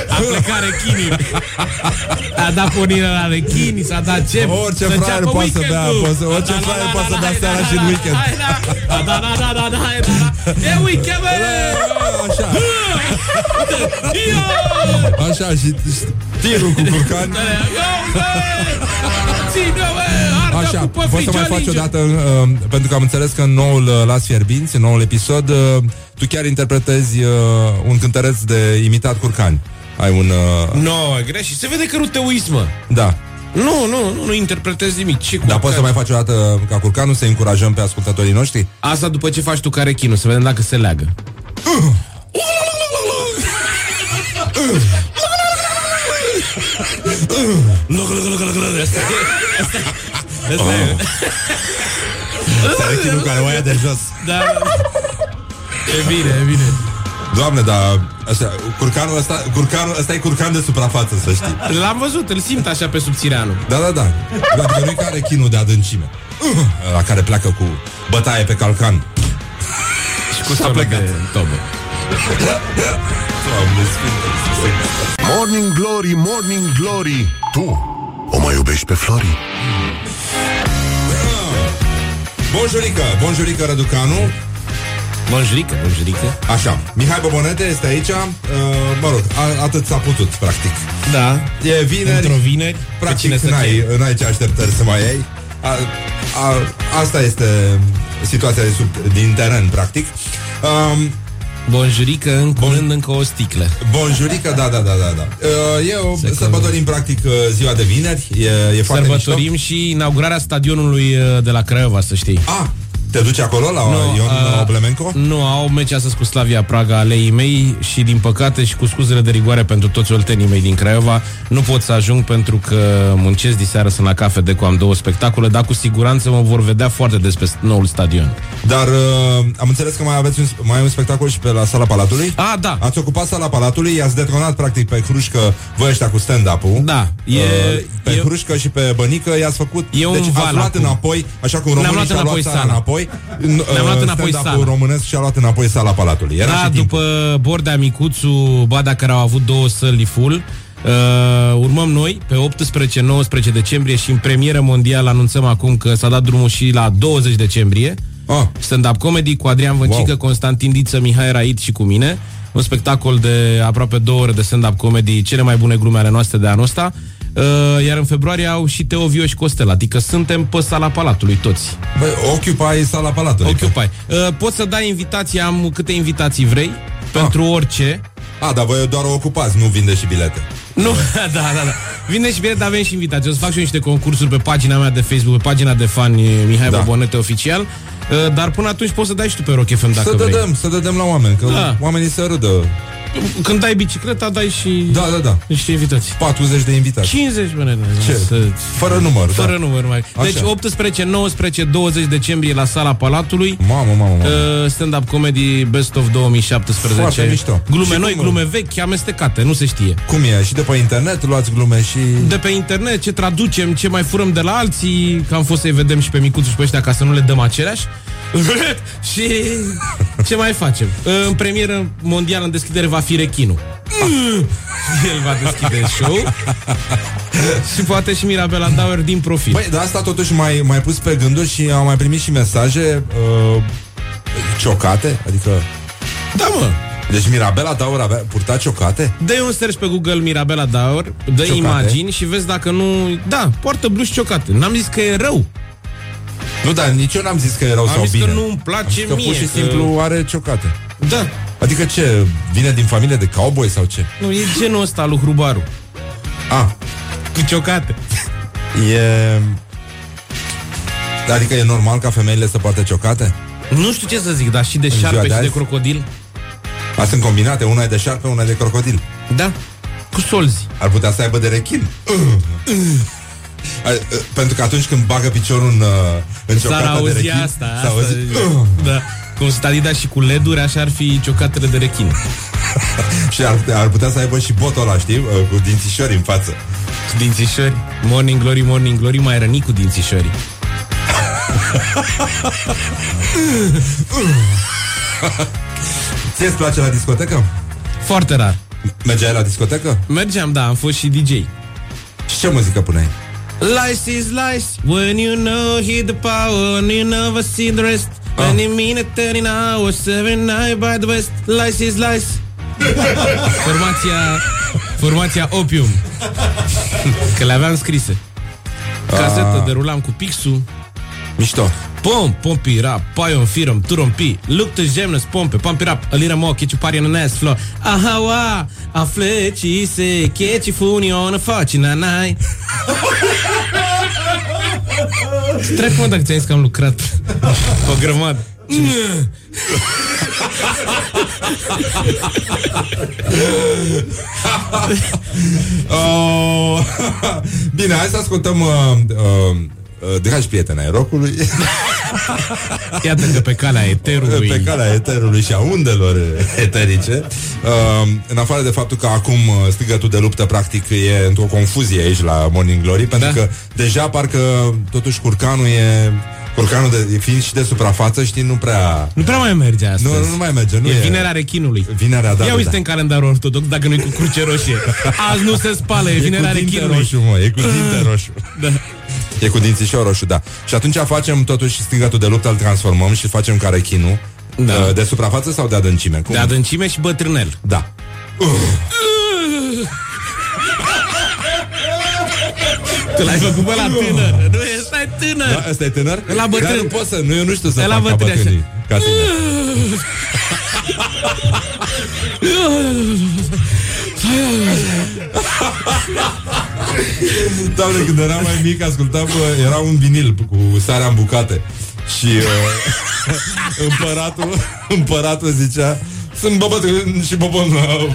Speaker 4: A plecat rechinii A dat pornire la rechini S-a dat ce
Speaker 2: Orice fraier poate să bea, poate să- orice fraier poate să bea seara și în weekend.
Speaker 4: Da, da, da, da, da, da, hai, da, da. E weekend, bă!
Speaker 2: Așa,
Speaker 4: Ia!
Speaker 2: așa și, și tirul cu curcan.
Speaker 4: Da, Ia, bă! Ține, bă! Arda
Speaker 2: Așa,
Speaker 4: cu
Speaker 2: poți să
Speaker 4: păfricea
Speaker 2: mai faci o
Speaker 4: ninja.
Speaker 2: dată, uh, pentru că am înțeles că în noul uh, Las Fierbinți, în noul episod, uh, tu chiar interpretezi uh, un cântăreț de imitat curcan. Ai un... Uh,
Speaker 4: No, e greșit. Se vede că nu te uiți, mă.
Speaker 2: da.
Speaker 4: Nu, nu, nu, nu interpretezi nimic. Ce
Speaker 2: Dar
Speaker 4: curcan?
Speaker 2: poți să mai faci o dată ca curcanul să încurajăm pe ascultătorii noștri?
Speaker 4: Asta după ce faci tu care chinul, să vedem dacă se leagă. Asta e.
Speaker 2: Sarachinul care o ia de jos.
Speaker 4: Da. E bine, e bine.
Speaker 2: Doamne, dar așa, curcanul ăsta, curcanul ăsta e curcan de suprafață, să știi.
Speaker 4: L-am văzut, îl simt așa pe subțireanul.
Speaker 2: Da, da, da. Adică nu-i care chinul de adâncime. Uh, La care pleacă cu bătaie pe calcan.
Speaker 4: Și cu s-a plecat. De tobă.
Speaker 2: Doamne, sfinte, Iisuse.
Speaker 3: Morning Glory, Morning Glory Tu o mai iubești pe Flori?
Speaker 2: Bonjurică, bonjurică, Răducanu.
Speaker 4: Bonjurică, bonjurică.
Speaker 2: Așa, Mihai Bobonete este aici uh, Mă rog, a, atât s-a putut, practic
Speaker 4: Da.
Speaker 2: E vineri,
Speaker 4: Într-o vineri,
Speaker 2: practic
Speaker 4: pe cine să
Speaker 2: n-ai,
Speaker 4: chem?
Speaker 2: n-ai ce așteptări să mai ai a, a, Asta este situația de sub, din teren, practic um,
Speaker 4: Bonjurică, în curând încă o sticlă.
Speaker 2: Bonjurică, da, da, da, da, da. Uh, E o
Speaker 4: Se
Speaker 2: sărbătorim, practic, uh, ziua de vineri E, e foarte
Speaker 4: Sărbătorim și inaugurarea stadionului uh, de la Craiova, să știi.
Speaker 2: mișto A, Ah, te duci acolo la no, Ion
Speaker 4: a-
Speaker 2: uh, Oblemenco?
Speaker 4: Nu, au meci astăzi cu Slavia Praga aleii mei și din păcate și cu scuzele de rigoare pentru toți oltenii mei din Craiova, nu pot să ajung pentru că muncesc diseară, sunt la cafede cu am două spectacole, dar cu siguranță mă vor vedea foarte des pe noul stadion.
Speaker 2: Dar uh, am înțeles că mai aveți un, mai ai un spectacol și pe la Sala Palatului?
Speaker 4: A, da.
Speaker 2: Ați ocupat sala Palatului, i-ați detonat practic pe Hrușcă, voi ăștia cu stand-up-ul.
Speaker 4: Da, e-
Speaker 2: Uh, pe
Speaker 4: e-
Speaker 2: Hrușcă și pe Bănică i-ați făcut...
Speaker 4: E un
Speaker 2: deci
Speaker 4: val
Speaker 2: ați luat
Speaker 4: acum.
Speaker 2: înapoi, așa cum
Speaker 4: Ne-am
Speaker 2: românii
Speaker 4: luat
Speaker 2: și-au luat
Speaker 4: înapoi
Speaker 2: țara
Speaker 4: sala.
Speaker 2: înapoi, uh,
Speaker 4: Ne-am luat înapoi
Speaker 2: stand-up-ul
Speaker 4: sala.
Speaker 2: românesc și-a luat înapoi sala Palatului. Era
Speaker 4: Da,
Speaker 2: și timp.
Speaker 4: după Bordea Micuțu, Bada, care au avut două săli full, Uh, urmăm noi pe 18-19 decembrie și în premieră mondială anunțăm acum că s-a dat drumul și la 20 decembrie.
Speaker 2: Ah,
Speaker 4: stand-up comedy cu Adrian Văncică,
Speaker 2: Wow.
Speaker 4: wow. Constantin Diță, Mihai Rait și cu mine. Un spectacol de aproape două ore de stand-up comedy, cele mai bune glume ale noastre de anul ăsta. Uh, Iar în februarie au și Teo Vio și Costel, adică suntem pe sala Palatului toți.
Speaker 2: băi, Occupy sala Palatului.
Speaker 4: Occupy. Uh, Poți să dai invitații, am câte invitații vrei, pentru
Speaker 2: Ah.
Speaker 4: orice.
Speaker 2: A, Ah, dar voi doar o ocupați, nu vinde și bilete.
Speaker 4: Nu, da, da, da. Vine și bine, dar avem și invitații. O să fac și eu niște concursuri pe pagina mea de Facebook, pe pagina de fani eh, Mihai
Speaker 2: Da.
Speaker 4: da. Bobonete oficial. Uh, Dar până atunci poți să dai și tu pe Rock FM dacă
Speaker 2: să
Speaker 4: vrei.
Speaker 2: dădem, să dădem la oameni, că
Speaker 4: Da.
Speaker 2: oamenii se râdă.
Speaker 4: Când dai bicicleta, dai și...
Speaker 2: Da, da, da.
Speaker 4: Niște invitații.
Speaker 2: 40 de invitați.
Speaker 4: 50, bă, nene,
Speaker 2: Ce?
Speaker 4: să-
Speaker 2: Fără număr,
Speaker 4: Fără
Speaker 2: da.
Speaker 4: număr mai.
Speaker 2: Așa.
Speaker 4: Deci 18, 19, 20 decembrie la sala Palatului.
Speaker 2: Mamă, mamă, mamă.
Speaker 4: Uh, Stand-up comedy Best of 2017
Speaker 2: Foarte mișto.
Speaker 4: Glume
Speaker 2: Și
Speaker 4: noi,
Speaker 2: cum-
Speaker 4: glume vechi, amestecate, nu se știe
Speaker 2: Cum e? Și de pe internet luați glume și...
Speaker 4: De pe internet, ce traducem, ce mai furăm de la alții Că am fost să-i vedem și pe micuțul și pe ăștia Ca să nu le dăm aceleași Și ce mai facem Uh, În premieră mondială, în deschidere, va fi rechinul El va deschide show Și poate și Mirabela Dauer din profil
Speaker 2: Băi, dar asta totuși mai mai pus pe gânduri și am mai primit și mesaje uh, ciocate, adică...
Speaker 4: Da, mă.
Speaker 2: Deci Mirabela Daur avea, purta ciocate?
Speaker 4: Dă un search pe Google Mirabela Daur, dă
Speaker 2: Ciocate.
Speaker 4: imagini și vezi dacă nu... Da, poartă bluși ciocate. N-am zis că e rău.
Speaker 2: Nu, dar nici eu n-am zis că erau
Speaker 4: Am
Speaker 2: sau
Speaker 4: zis
Speaker 2: bine.
Speaker 4: că nu îmi place
Speaker 2: Am zis că
Speaker 4: mie,
Speaker 2: pur și
Speaker 4: că-
Speaker 2: simplu are ciocate.
Speaker 4: Da.
Speaker 2: Adică ce, vine din familie de cowboy sau ce?
Speaker 4: Nu, e genul ăsta lui Hrubaru.
Speaker 2: A,
Speaker 4: Cu ciocate.
Speaker 2: e... Adică e normal ca femeile să poartă ciocate?
Speaker 4: Nu știu ce să zic, dar și de
Speaker 2: ziua
Speaker 4: șarpe
Speaker 2: de
Speaker 4: și de
Speaker 2: azi?
Speaker 4: crocodil.
Speaker 2: A, sunt combinate, una e de șarpe, una e de crocodil.
Speaker 4: Da. Cu solzi.
Speaker 2: Ar putea să aibă de rechin. Ai, uh, Pentru că atunci când bagă piciorul în, uh, în
Speaker 4: S-ar
Speaker 2: ciocata de
Speaker 4: auzi
Speaker 2: rechin,
Speaker 4: asta.
Speaker 2: s-a
Speaker 4: asta
Speaker 2: auzit,
Speaker 4: da. Cum sunt Adidas și cu leduri, așa ar fi ciocatele de rechin.
Speaker 2: și ar, putea- ar putea să aibă și botul ăla, știi? Uh, Cu dințișori în față.
Speaker 4: Cu dințișori. Morning glory, morning glory, mai răni cu dințișorii.
Speaker 2: Ție îți place la discotecă?
Speaker 4: Foarte rar.
Speaker 2: Mergeai la discotecă?
Speaker 4: Mergeam, da, am fost și DJ.
Speaker 2: Și ce muzică puneai?
Speaker 4: Lice is lice When you know hit the power And you never see the rest When you mean it turn in hours Every night by the west Lice is lice Formația Formația Opium Că le aveam scrise Casetă derulam cu pixul
Speaker 2: Mișto.
Speaker 4: Pom, pompi rap, paion firom, turom pi Luptă jemnăs, pompe, pompi rap Alira mo, keci pari în nes, flo Ahawa, a fleci se Keci funionă, faci nanai Trec mă dacă ți-am zis că am lucrat O grămadă
Speaker 2: Oh, bine, hai să ascultăm, uh, uh, uh, dragi prieteni ai rocului,
Speaker 4: Iată că pe calea eterului
Speaker 2: pe calea eterului și a undelor eterice, uh, în afară de faptul că acum uh, strigătul de luptă practic e într-o confuzie aici la Morning Glory, pentru
Speaker 4: Da.
Speaker 2: că deja parcă totuși curcanul e... Curcanul de, fiind și de suprafață, știi, nu prea...
Speaker 4: Nu prea mai merge
Speaker 2: Nu,
Speaker 4: astăzi
Speaker 2: nu mai merge, nu
Speaker 4: E
Speaker 2: e...
Speaker 4: vinerea rechinului
Speaker 2: Vinerea, da,
Speaker 4: Ia
Speaker 2: da,
Speaker 4: uite
Speaker 2: da.
Speaker 4: în calendarul ortodox dacă nu-i cu cruce roșie Azi nu se spală, e,
Speaker 2: E
Speaker 4: vinerea
Speaker 2: cu dinte
Speaker 4: rechinului
Speaker 2: roșu, mă, e cu dinte roșu.
Speaker 4: Da.
Speaker 2: E cu dințișor roșu, da. Și atunci facem totuși strigătul de luptă, îl transformăm și facem care chinul. Da. De suprafață sau de adâncime? Cum?
Speaker 4: De adâncime și bătrânel
Speaker 2: da.
Speaker 4: Tu l-ai făcut pe la tânăr Nu, ești la tânăr
Speaker 2: Da, Asta e tânăr?
Speaker 4: E la bătrân.
Speaker 2: Dar nu pot să, nu, eu nu știu să
Speaker 4: E
Speaker 2: fac
Speaker 4: la
Speaker 2: ca
Speaker 4: bătrân, așa.
Speaker 2: bătrânii. Ca tine. Doamne, când eram mai mic, ascultam, bă, era un vinil cu sarea în bucate. Și uh, împăratul, împăratul zicea, sunt bă bătrân și bă bun, uh,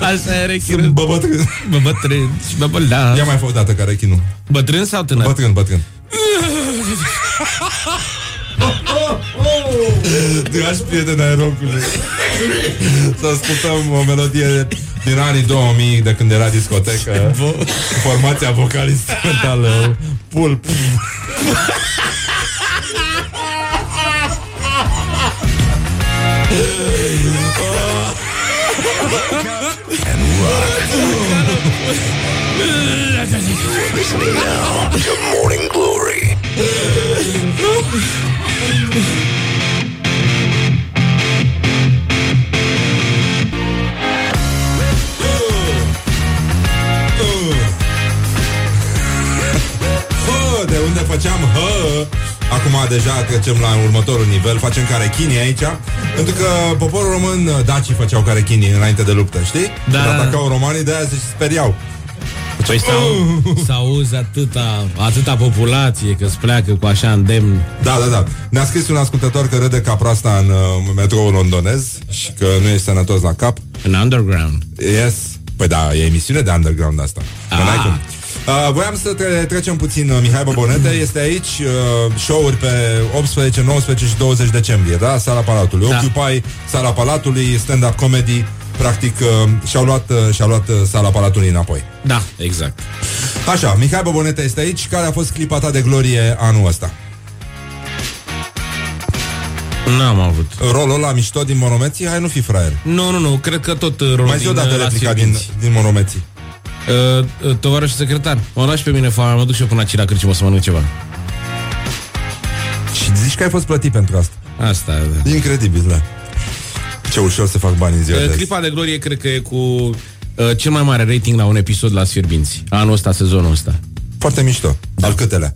Speaker 4: Așa e rechinul
Speaker 2: sunt bă bătrân.
Speaker 4: Bă, bătrân și bă, bă, da.
Speaker 2: Ia mai fă o dată care chinul.
Speaker 4: Bătrân sau tânăr?
Speaker 2: Bătrân, bătrân. Dragi prieteni ai rocului Să ascultăm o melodie din anii 2000 De când era discotecă Formația vocal-instrumentală Pulp
Speaker 1: to Morning Glory.
Speaker 2: Hă, de unde făceam hă. Acum deja trecem la următorul nivel, facem carechinii aici, pentru că poporul român, dacii făceau carechinii înainte de luptă, știi?
Speaker 4: Da.
Speaker 2: Când atacau romanii, de aia se speriau.
Speaker 4: Păi sau,
Speaker 2: Oh.
Speaker 4: sau auzi atâta, atâta populație că îți pleacă cu așa îndemn
Speaker 2: Da, da, da. Ne-a scris un ascultător că râde ca proasta în uh, metroul londonez și că nu e sănătos la cap.
Speaker 4: în underground.
Speaker 2: Yes. Păi da, e emisiune de underground asta. Că n-ai
Speaker 4: Ah.
Speaker 2: cum. Uh, voiam să tre- trecem puțin uh, Mihai Bobonete Este aici uh, show-uri pe 18, 19 și 20 decembrie da? Sala Palatului,
Speaker 4: Da.
Speaker 2: Occupy Sala Palatului, stand-up comedy Practic uh, și-au luat, uh, și-au luat uh, Sala Palatului înapoi
Speaker 4: Da, exact.
Speaker 2: Așa, Mihai Bobonete este aici Care a fost clipa ta de glorie anul ăsta?
Speaker 4: N-am avut.
Speaker 2: Rolul ăla mișto din Monomeții? Hai, nu fi fraier
Speaker 4: Nu, nu, nu, cred că tot uh, rolul
Speaker 2: Mai zi o
Speaker 4: din,
Speaker 2: dată
Speaker 4: uh, la
Speaker 2: replica din,
Speaker 4: Sfinți.
Speaker 2: din Monomeții.
Speaker 4: Uh, uh, tovarășul secretar, mă lași pe mine foamea, mă duc și eu până la Cira Cârciumă să mănânc ceva.
Speaker 2: Și zici că ai fost plătit pentru asta.
Speaker 4: Asta, da.
Speaker 2: Incredibil, da. Ce ușor să fac bani în ziua de
Speaker 4: Uh,
Speaker 2: azi.
Speaker 4: clipa de glorie cred că e cu uh, cel mai mare rating la un episod la Sfierbinți, anul ăsta, sezonul ăsta.
Speaker 2: Foarte
Speaker 4: Da.
Speaker 2: mișto. Al câtelea.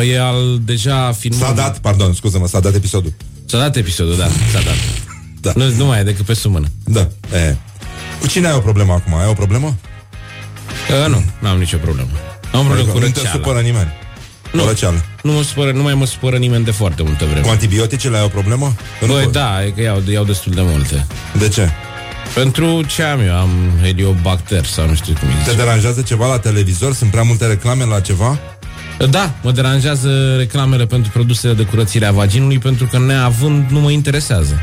Speaker 4: Uh, e al deja filmat.
Speaker 2: S-a dat, pardon, scuză-mă, s-a dat episodul.
Speaker 4: S-a dat episodul, da, s-a dat.
Speaker 2: Da.
Speaker 4: Nu, nu mai e decât pe sumână.
Speaker 2: Da. E. Cu cine ai o problemă acum? Ai o problemă?
Speaker 4: Uh, nu, n-am nicio problemă. Am o problemă cu
Speaker 2: Adică nu te
Speaker 4: răceala.
Speaker 2: supără nimeni.
Speaker 4: Nu.
Speaker 2: Cu răceală.
Speaker 4: Nu, mă supără, nu mai mă supără nimeni de foarte multă vreme.
Speaker 2: Cu antibioticele ai o problemă? Că nu
Speaker 4: Băi,
Speaker 2: pot.
Speaker 4: da, e că iau, iau destul de multe.
Speaker 2: De ce?
Speaker 4: Pentru ce am eu? Am heliobacter sau nu știu cum e.
Speaker 2: Te deranjează ceva la televizor? Sunt prea multe reclame la ceva?
Speaker 4: Da, mă deranjează reclamele pentru produsele de curățire a vaginului pentru că neavând nu mă interesează.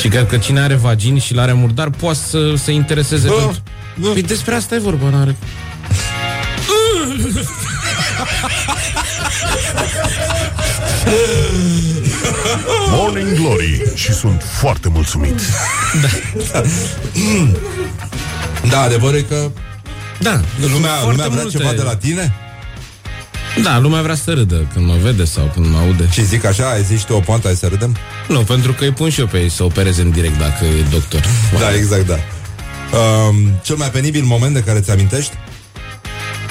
Speaker 4: Și cred că cine are vagin și l-are murdar poate să se intereseze.
Speaker 2: Bă,
Speaker 4: pentru...
Speaker 2: bă.
Speaker 4: Păi despre asta e vorba, n-are...
Speaker 3: Morning Glory și sunt foarte mulțumit.
Speaker 2: Da, adevărul e că
Speaker 4: Da,
Speaker 2: lumea,
Speaker 4: foarte
Speaker 2: lumea vrea ceva de la tine
Speaker 4: Da, lumea vrea să râdă când mă vede sau când mă aude.
Speaker 2: și zic așa, ai zis tu o pantă, hai să râdem?
Speaker 4: Nu, pentru că îi pun și eu pe ei să opereze în direct dacă e doctor.
Speaker 2: Da, exact, da. Um, cel mai penibil moment de care ți-amintești?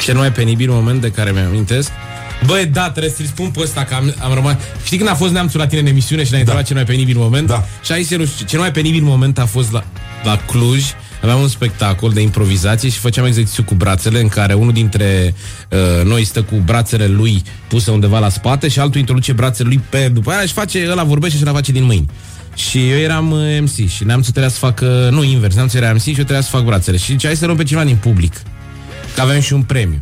Speaker 4: Cel mai penibil moment de care mi-amintesc Băi, da, trebuie să-l spun pe ăsta că am, am rămas... Știi când a fost neamțul la tine în emisiune și ne-ai întrebat cel mai penibil moment?
Speaker 2: Da.
Speaker 4: Și aici, nu știu, cel mai penibil moment a fost la, la Cluj. Aveam un spectacol de improvizație și făceam exercițiu cu brațele în care unul dintre uh, noi stă cu brațele lui puse undeva la spate și altul introduce brațele lui pe... După aia și face, ăla vorbește și ăla face din mâini. Și eu eram uh, MC și neamțul trebuia să facă... Nu, invers, neamțul era MC și eu trebuia să fac brațele. Și zice, hai să luăm pe cineva din public că aveam și un premiu.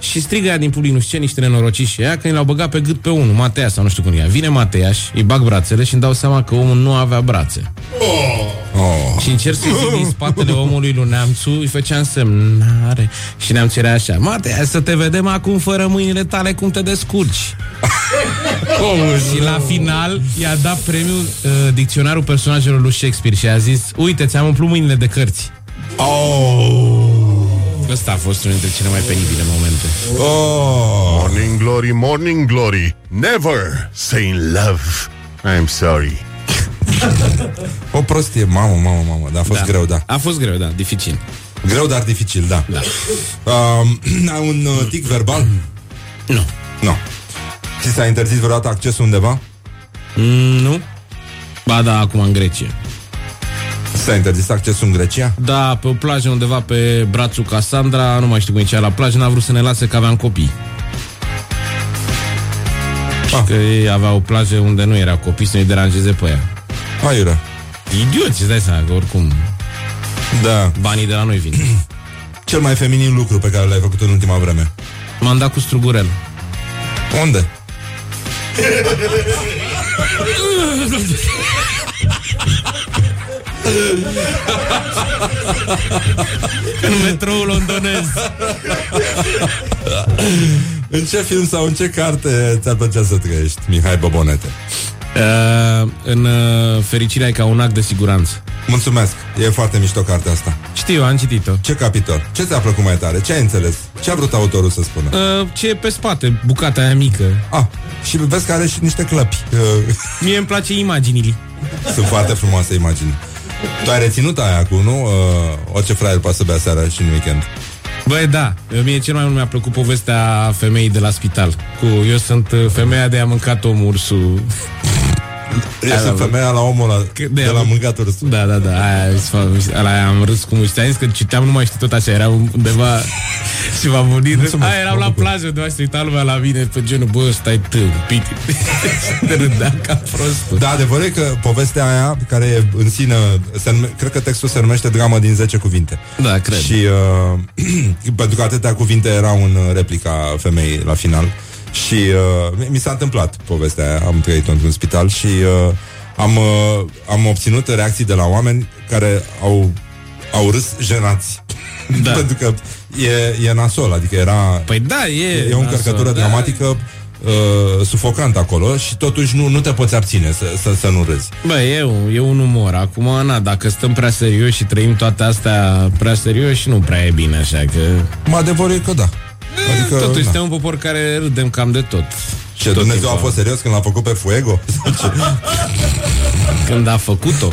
Speaker 4: Și strigă aia din public, nu știu ce, niște nenorociți și ea, că l-au băgat pe gât pe unul, Mateea sau nu știu cum e. Vine Mateaș, îi bag brațele și îmi dau seama că omul nu avea brațe.
Speaker 2: Oh.
Speaker 4: Și încerc să zic din spatele omului lui Neamțu, îi făceam semnare și Neamțu era așa, Mateea, să te vedem acum fără mâinile tale cum te descurci. și la final i-a dat premiul uh, dicționarul personajelor lui Shakespeare și a zis, uite, ți-am umplut mâinile de cărți.
Speaker 2: Oh.
Speaker 4: Ăsta a fost unul dintre cele mai penibile momente.
Speaker 2: Oh.
Speaker 3: Morning Glory, Morning Glory, never say in love. I'm sorry.
Speaker 2: O prostie, mamă, mamă, mamă, dar a fost da. greu, da.
Speaker 4: A fost greu, da, dificil.
Speaker 2: Greu, dar dificil, da. da. Um, ai un uh, tic verbal?
Speaker 4: Nu.
Speaker 2: Nu. Ți s-a interzis vreodată accesul undeva?
Speaker 4: Mm, nu? Ba da, acum în Grecia.
Speaker 2: Ți s-a interzis accesul în Grecia?
Speaker 4: Da, pe o plajă undeva pe brațul Casandra, nu mai știu cum e cea la plajă, n-a vrut să ne lase că aveam copii.
Speaker 2: Ah.
Speaker 4: Ah. Că ei aveau o plajă unde nu era copii să ne deranjeze pe ea.
Speaker 2: Aiure.
Speaker 4: Idioți, îți dai seama că oricum
Speaker 2: Da.
Speaker 4: banii de la noi vin.
Speaker 2: Cel mai feminin lucru pe care l-ai făcut în ultima vreme?
Speaker 4: M-am dat cu strugurel.
Speaker 2: Unde?
Speaker 4: În metroul londonez.
Speaker 2: În ce film sau în ce carte ți-ar plăcea să trăiești, Mihai Bobonete?
Speaker 4: Uh, în uh, fericirea e ca un act de siguranță.
Speaker 2: Mulțumesc, e foarte mișto cartea asta.
Speaker 4: Știu, am citit-o.
Speaker 2: Ce capitol? Ce ți-a plăcut mai tare? Ce ai înțeles? Ce a vrut autorul să spună?
Speaker 4: Uh, ce e pe spate, bucata aia mică.
Speaker 2: Ah, și vezi că are și niște clăpi. Uh,
Speaker 4: Mie îmi place imaginile.
Speaker 2: Sunt foarte frumoase imagini. Tu ai reținut aia cu, nu? Uh, orice fraier poate să bea seara și în weekend.
Speaker 4: Băi, da, mie cel mai mult mi-a plăcut povestea femeii de la spital. Cu eu sunt uh, femeia de a mâncat o ursul.
Speaker 2: Eu sunt femeia la omul ăla
Speaker 4: de
Speaker 2: de la
Speaker 4: am-
Speaker 2: mâncat ursul.
Speaker 4: Da, da, da, aia, mi se fa- ala, aia am râs cu muște. Am zis că citeam, nu mai știu tot așa, era undeva și m-am bunit.
Speaker 2: Mulțumesc,
Speaker 4: Aia eram
Speaker 2: mă
Speaker 4: la
Speaker 2: bucur.
Speaker 4: plajă, undeva și se uita lumea la mine pe genul, bă, stai tău, un pic. Te râdea ca prostul.
Speaker 2: Da, adevărul e că povestea aia, care e în sine, se nume, cred că textul se numește Dramă din 10 cuvinte.
Speaker 4: Da, cred.
Speaker 2: Și uh, pentru că atâtea cuvinte erau în uh, replica femeii la final. Și uh, mi- mi s-a întâmplat povestea aia, am trăit-o într-un spital și uh, am, uh, am obținut reacții de la oameni care au, au râs jenați.
Speaker 4: Da.
Speaker 2: pentru că e, e nasol, adică era...
Speaker 4: Păi da, e...
Speaker 2: E o încărcătură
Speaker 4: nasol, da.
Speaker 2: dramatică uh, sufocantă acolo și totuși nu, nu te poți abține să, să, să nu râzi.
Speaker 4: Bă, e un, e un umor. Acum, na, dacă stăm prea serios și trăim toate astea prea serios și nu prea e bine, așa că...
Speaker 2: Mă adevărul e că da. Adică,
Speaker 4: Adică, Totuși,
Speaker 2: na.
Speaker 4: suntem un popor care râdem cam de tot.
Speaker 2: Ce, Dumnezeu a fost serios când l-a făcut pe Fuego? Sau ce?
Speaker 4: Când a făcut-o.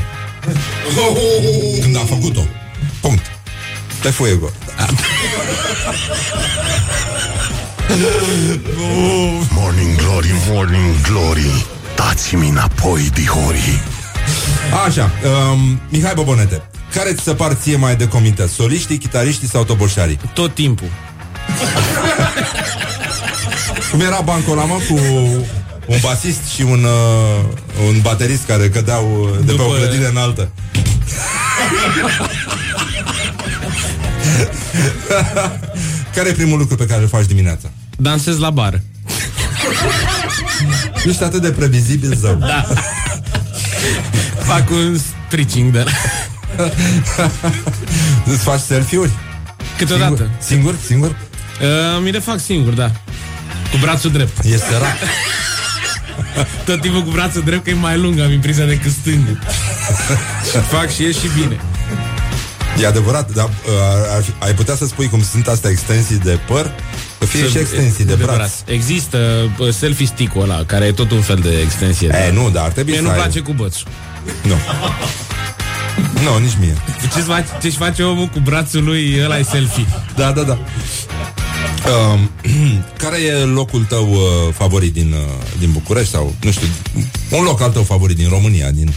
Speaker 2: Când a făcut-o. Punct. Pe fuego.
Speaker 3: Morning Glory, Morning Glory, dați-mi înapoi, dihori.
Speaker 2: Așa, um, Mihai Bobonete, care ți se par ție mai de comită? Soliștii, chitariștii sau toboșarii?
Speaker 4: Tot timpul.
Speaker 2: Cum era bancul ăla, mă, cu un basist și un, uh, un baterist care cădeau uh, de După... pe o
Speaker 4: După-
Speaker 2: clădire înaltă. care e primul lucru pe care îl faci dimineața?
Speaker 4: Dansez la bar.
Speaker 2: Ești atât de previzibil, zău. Da.
Speaker 4: Fac un stretching de la...
Speaker 2: Îți faci selfie-uri?
Speaker 4: Câteodată.
Speaker 2: Singur? Singur?
Speaker 4: Uh, mi le fac singur, da. Cu brațul drept.
Speaker 2: E sărac.
Speaker 4: Tot timpul cu brațul drept că e mai lung, am impresia decât stângul. și fac și e și bine.
Speaker 2: E adevărat, dar uh, ar fi- ai putea să spui cum sunt astea extensii de păr? Că fie și extensii de, braț.
Speaker 4: Există bă, selfie stick-ul ăla, care e tot un fel de extensie.
Speaker 2: E, nu, dar ar trebui
Speaker 4: Mie
Speaker 2: să
Speaker 4: nu
Speaker 2: ai...
Speaker 4: place cu bățul.
Speaker 2: Nu. nu, nici mie.
Speaker 4: Ce-și face, ce-și face omul cu brațul lui, ăla e selfie.
Speaker 2: Da, da, da. Um, care e locul tău uh, favorit din, uh, din București sau, nu știu, un loc al tău favorit din România, din,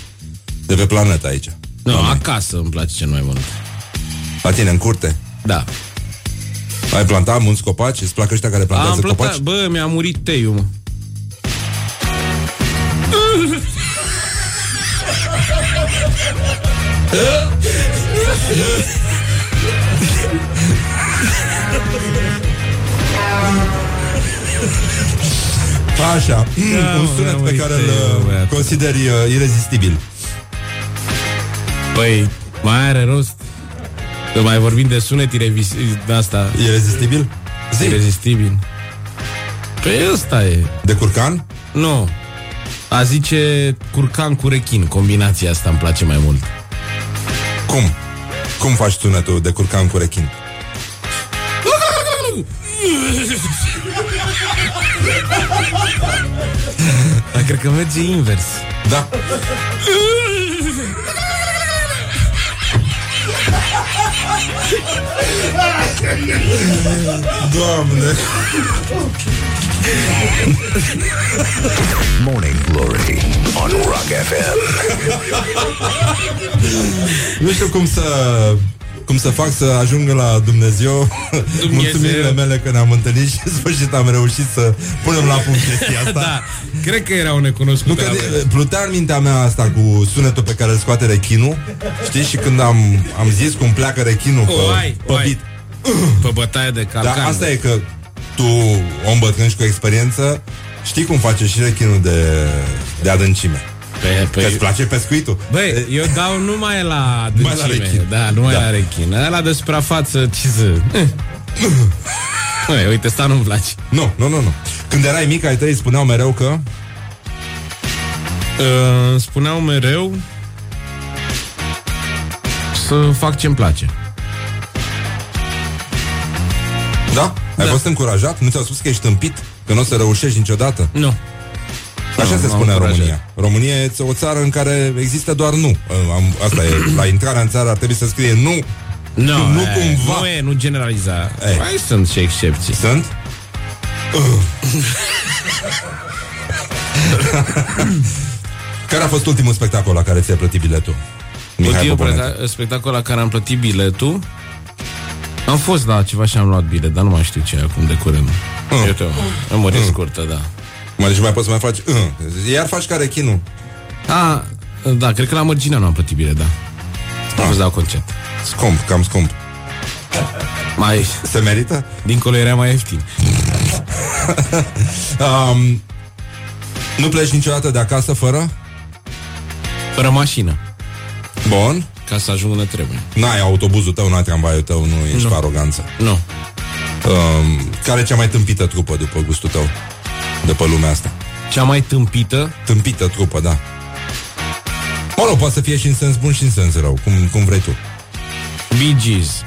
Speaker 2: de pe planetă aici?
Speaker 4: Nu, no, acasă îmi place cel mai mult.
Speaker 2: La tine, în curte?
Speaker 4: Da.
Speaker 2: Ai plantat mulți copaci? Îți plac ăștia care plantează
Speaker 4: Am
Speaker 2: copaci?
Speaker 4: plătat, bă, mi-a murit teiul, mă.
Speaker 2: Așa, un sunet
Speaker 4: mă,
Speaker 2: pe
Speaker 4: uite,
Speaker 2: care îl uh,
Speaker 4: băiatul.
Speaker 2: consideri uh, irezistibil.
Speaker 4: Păi, mai are rost. Că mai vorbim de sunet irevis- de asta,
Speaker 2: Irezistibil? Zi,
Speaker 4: irezistibil. Păi ăsta e.
Speaker 2: de curcan?
Speaker 4: Nu. A zice curcan cu rechin. Combinația asta îmi place mai mult.
Speaker 2: Cum? Cum faci sunetul de curcan cu rechin?
Speaker 4: Dar cred că merge invers.
Speaker 2: Da. Doamne!
Speaker 1: Morning Glory on Rock FM.
Speaker 2: Nu știu cum să cum să fac să ajung la Dumnezeu,
Speaker 4: Dumnezeu.
Speaker 2: mulțumirile mele că ne-am întâlnit și în sfârșit am reușit să punem la punct chestia asta.
Speaker 4: Da, cred că era o
Speaker 2: Nu,
Speaker 4: necunoscută.
Speaker 2: că
Speaker 4: la vreme.
Speaker 2: de, plutea în mintea mea asta cu sunetul pe care îl scoate rechinul, știi, și când am, am zis cum pleacă rechinul pe,
Speaker 4: Oai,
Speaker 2: pe
Speaker 4: oai.
Speaker 2: beat.
Speaker 4: Pe bătaie de calcan.
Speaker 2: Dar asta e că tu, om bătrân și cu experiență, știi cum face și rechinul de, de adâncime.
Speaker 4: Pe,
Speaker 2: Că îți
Speaker 4: pe,
Speaker 2: place pescuitul.
Speaker 4: Păi- Băi, eu dau numai la adâncime.
Speaker 2: Numai la rechin.
Speaker 4: Da, numai
Speaker 2: Da.
Speaker 4: da. la rechin. Ăla de suprafață, ce să... Băi, uite, asta nu-mi place.
Speaker 2: Nu, nu, nu, nu. Când erai mic, ai tăi spuneau mereu că...
Speaker 4: Uh, spuneau mereu să fac ce-mi place.
Speaker 2: Da? Ai fost încurajat? Nu ți-au spus că ești tâmpit? Că nu o să reușești niciodată?
Speaker 4: Nu.
Speaker 2: Așa
Speaker 4: Nu,
Speaker 2: se
Speaker 4: Da, m-am
Speaker 2: spune în
Speaker 4: încurajat.
Speaker 2: România. România e o țară în care există doar nu. Am- Asta e, la intrarea în țară ar trebui să scrie nu.
Speaker 4: No,
Speaker 2: Nu
Speaker 4: e,
Speaker 2: cumva.
Speaker 4: Nu e, nu generaliza.
Speaker 2: E.
Speaker 4: Mai sunt și excepții.
Speaker 2: Sunt? care a fost ultimul spectacol la care ți-ai plătit biletul? Mihai
Speaker 4: Ultimul
Speaker 2: Poponescu.
Speaker 4: preta- spectacol la care am plătit biletul am fost la ceva și am luat bilet, dar nu mai știu ce e acum de curând. Mm. Uite, am murit mm. scurtă, da.
Speaker 2: Mă, deci mai poți să mai faci uh. Iar faci care chinul
Speaker 4: A, da, cred că la Mărginea nu am plătit bilet, da. Am fost la concert.
Speaker 2: Scump, cam scump
Speaker 4: Mai,
Speaker 2: Se merită?
Speaker 4: dincolo era mai ieftin.
Speaker 2: Um, nu pleci niciodată de acasă fără?
Speaker 4: Fără mașină,
Speaker 2: Bun
Speaker 4: ca să ajung unde trebuie.
Speaker 2: N-ai autobuzul tău, n-ai tramvaiul tău Nu ești nu. aroganță
Speaker 4: Nu.
Speaker 2: um, Care e cea mai tâmpită trupă după gustul tău? După lumea asta
Speaker 4: Cea mai tâmpită,
Speaker 2: Tâmpită trupă, da Mă rog, poate să fie și în sens bun și în sens rău Cum, cum vrei tu
Speaker 4: Bee Gees.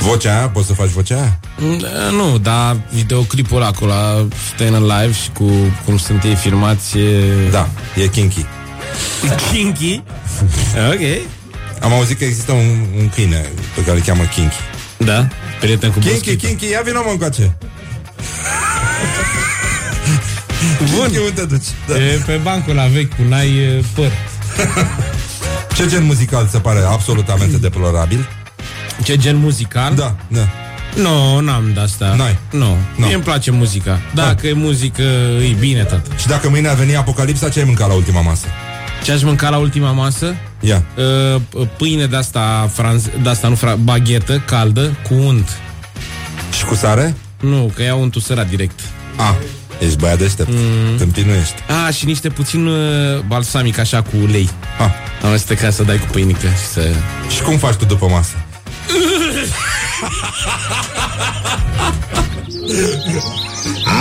Speaker 2: Vocea aia, poți să faci vocea aia?
Speaker 4: Mm, Nu, dar videoclipul ăla acolo, la Stayin' Alive și cu cum sunt ei filmați e...
Speaker 2: Da, e kinky
Speaker 4: Kinky. ok.
Speaker 2: Am auzit că există un, un câine pe care îl cheamă Kinky
Speaker 4: Da, prieten cu
Speaker 2: Kinky,
Speaker 4: bruschită.
Speaker 2: Kinky, ia vină mă încoace Bun Kinky, unde te duci? Da.
Speaker 4: E pe bancul la vechi cu nai e, păr.
Speaker 2: Ce gen muzical se pare absolutamente deplorabil?
Speaker 4: Ce gen muzical?
Speaker 2: Da, da
Speaker 4: Nu, no, n-am de asta.
Speaker 2: N-ai?
Speaker 4: Nu. No.
Speaker 2: Nu. Da.
Speaker 4: Mie îmi place muzica. Dacă e muzică, e bine, tată.
Speaker 2: Și dacă mâine a venit apocalipsa, ce ai mâncat la ultima masă?
Speaker 4: Ce aș mânca la ultima masă?
Speaker 2: Ia
Speaker 4: Uh, Pâine de asta, franz- de asta nu fra- baghetă caldă cu unt.
Speaker 2: Și cu sare?
Speaker 4: Nu, că iau untul sărat direct.
Speaker 2: A, ești băiat deștept mm. Tâmpit nu ești
Speaker 4: A, Ah, și niște puțin uh, balsamic așa cu ulei.
Speaker 2: ha.
Speaker 4: Am ca să dai cu pâinică și să...
Speaker 2: Și cum faci tu după masă?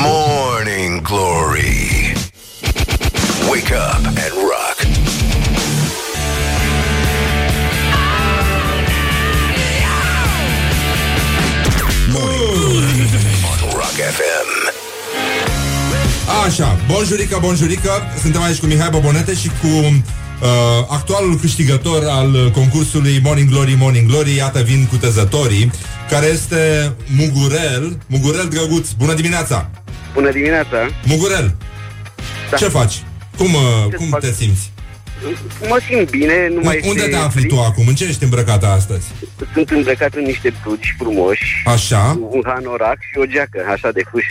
Speaker 1: Morning Glory
Speaker 2: Așa, bonjurică, bonjurică Suntem aici cu Mihai Bobonete și cu uh, Actualul câștigător al uh, concursului Morning Glory, Morning Glory Iată vin cu tezătorii Care este Mugurel Mugurel Drăguț, bună dimineața
Speaker 6: Bună dimineața!
Speaker 2: Mugurel,
Speaker 6: Da.
Speaker 2: ce faci? Cum, uh,
Speaker 6: Ce
Speaker 2: cum
Speaker 6: fac?
Speaker 2: te simți?
Speaker 6: Mă simt bine, nu mai
Speaker 2: Mai Unde
Speaker 6: este
Speaker 2: te afli
Speaker 6: frig.
Speaker 2: tu acum? În ce ești îmbrăcată astăzi?
Speaker 6: Sunt îmbrăcat în niște blugi frumoși,
Speaker 2: Așa,
Speaker 6: cu un hanorac și o geacă, așa de fâș,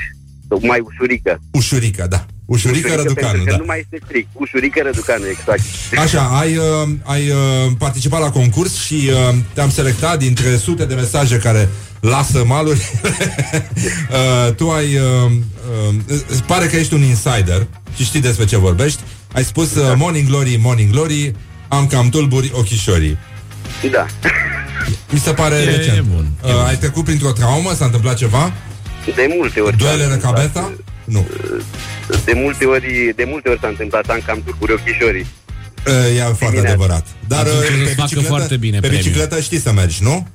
Speaker 6: mai ușurică.
Speaker 2: ușurică, da Ușurică, ușurică
Speaker 6: pentru
Speaker 2: Răducanu,
Speaker 6: că
Speaker 2: da
Speaker 6: nu mai este frig. Ușurică răducanul, exact.
Speaker 2: Așa, ai, uh, ai uh, participat la concurs și uh, te-am selectat dintre sute de mesaje care lasă maluri. uh, tu ai... Uh, uh, îți pare că ești un insider și știi despre ce vorbești. Ai spus
Speaker 4: Da.
Speaker 2: uh, Morning Glory, Morning Glory, am cam tulburi ochișorii.
Speaker 6: Da.
Speaker 2: Mi se pare
Speaker 4: E-
Speaker 2: recent.
Speaker 4: e bun,
Speaker 2: Uh, ai trecut printr-o traumă? S-a întâmplat ceva?
Speaker 6: De multe
Speaker 4: Da.
Speaker 6: ori.
Speaker 2: Duele
Speaker 6: s-a
Speaker 2: în
Speaker 6: întâmplat.
Speaker 2: cabeza? Nu.
Speaker 6: De multe ori, de multe ori s-a întâmplat, am cam turcuri ochișorii.
Speaker 2: Uh, e foarte
Speaker 6: Bine.
Speaker 2: adevărat. Dar uh,
Speaker 4: Atunci o să-ți
Speaker 2: pe
Speaker 4: facă
Speaker 2: bicicletă,
Speaker 4: foarte bine
Speaker 2: pe
Speaker 4: premiul.
Speaker 2: bicicletă știi să mergi, nu?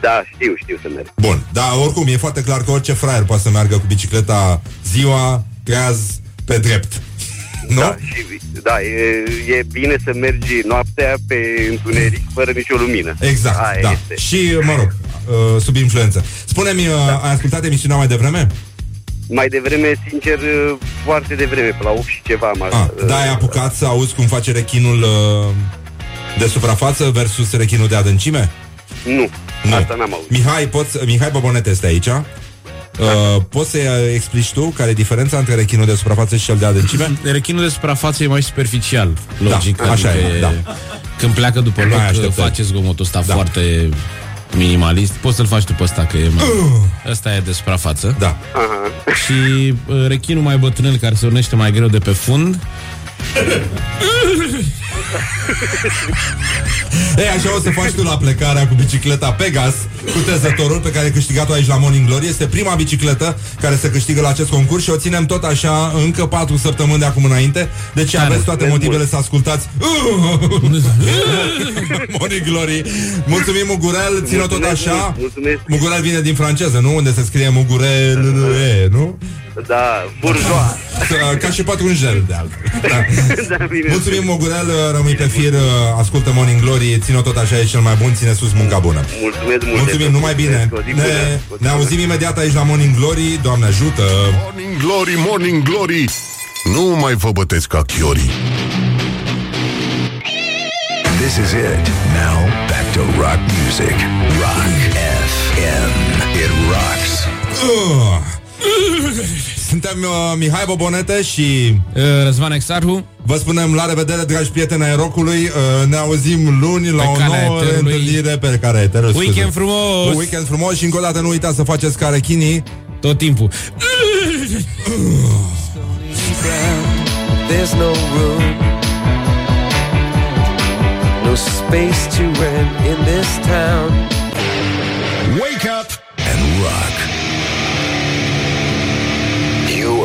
Speaker 6: Da, știu, știu să merg.
Speaker 2: Bun, dar oricum e foarte clar că orice fraier poate să meargă cu bicicleta ziua, treaz, pe drept. Nu?
Speaker 6: Da, și, da e, e, bine să mergi noaptea pe întuneric fără nicio lumină.
Speaker 2: Exact,
Speaker 6: Aia
Speaker 2: da.
Speaker 6: este. Da.
Speaker 2: Și, mă rog, uh, sub influență. Spune-mi, uh, ai ascultat emisiunea mai devreme?
Speaker 6: Mai devreme, sincer, foarte devreme, pe la 8 și ceva am
Speaker 2: A, da, ai apucat să auzi cum face rechinul uh, de suprafață versus rechinul de adâncime?
Speaker 6: Nu,
Speaker 2: Nu.
Speaker 6: nu, asta n-am auzit.
Speaker 2: Mihai, poți, Mihai Bobonete este aici.
Speaker 6: Da.
Speaker 2: Uh, poți să explici tu care e diferența între rechinul de suprafață și cel de adâncime?
Speaker 4: Rechinul de suprafață e mai superficial, logic.
Speaker 2: Mhm. Da, așa
Speaker 4: adică
Speaker 2: e, da.
Speaker 4: Când pleacă după
Speaker 2: Mai
Speaker 4: loc,
Speaker 2: așteptări.
Speaker 4: face zgomotul ăsta da. foarte minimalist. Poți să-l faci după ăsta, că e mai...
Speaker 2: Uh.
Speaker 4: Ăsta e de suprafață.
Speaker 2: Da.
Speaker 4: Și uh, rechinul mai bătrânel, care se urnește mai greu de pe fund,
Speaker 2: Ei, așa o să faci tu la plecarea cu bicicleta Pegas, cu tezătorul pe care ai câștigat-o aici la Morning Glory. Este prima bicicletă care se câștigă la acest concurs și o ținem tot așa încă patru săptămâni de acum înainte. Deci aveți toate motivele să ascultați Morning Glory. Mulțumim, Mugurel, ține tot
Speaker 6: Mulțumesc
Speaker 2: așa.
Speaker 6: mult, mulțumesc.
Speaker 2: Mugurel vine din franceză, nu? Unde se scrie Mugurel, nu?
Speaker 6: Da, burjoa.
Speaker 2: Ca și patrunjel, de altfel.
Speaker 6: da, bine.
Speaker 2: Mulțumim, Mugurel, rămâi pe fir, ascultă Morning Glory, ține tot așa, e cel mai bun, ține sus munca bună.
Speaker 6: Mulțumesc mult.
Speaker 2: Mulțumim, numai bine.
Speaker 6: O zi bună.
Speaker 2: Ne,
Speaker 6: O zi
Speaker 2: ne
Speaker 6: bună.
Speaker 2: auzim imediat aici la Morning Glory. Doamne ajută!
Speaker 3: Morning glory, morning glory Nu mai vă bătesc ca chiorii
Speaker 1: This is it. Now back to rock music. Rock FM. It rocks.
Speaker 2: Uh. Suntem uh, Mihai Bobonete și
Speaker 4: uh, Răzvan Exarhu,
Speaker 2: vă spunem la revedere, dragi prieteni ai rocului. Uh, ne auzim luni la
Speaker 4: Pe
Speaker 2: o
Speaker 4: calea
Speaker 2: nouă
Speaker 4: eterului.
Speaker 2: întâlnire pe care eterul scuze.
Speaker 4: weekend frumos!
Speaker 2: Un weekend frumos și încă o dată nu uitați să faceți carechinii.
Speaker 4: Tot timpul.
Speaker 7: There's no room, no space to rent in this town.
Speaker 1: Wake up and rock. You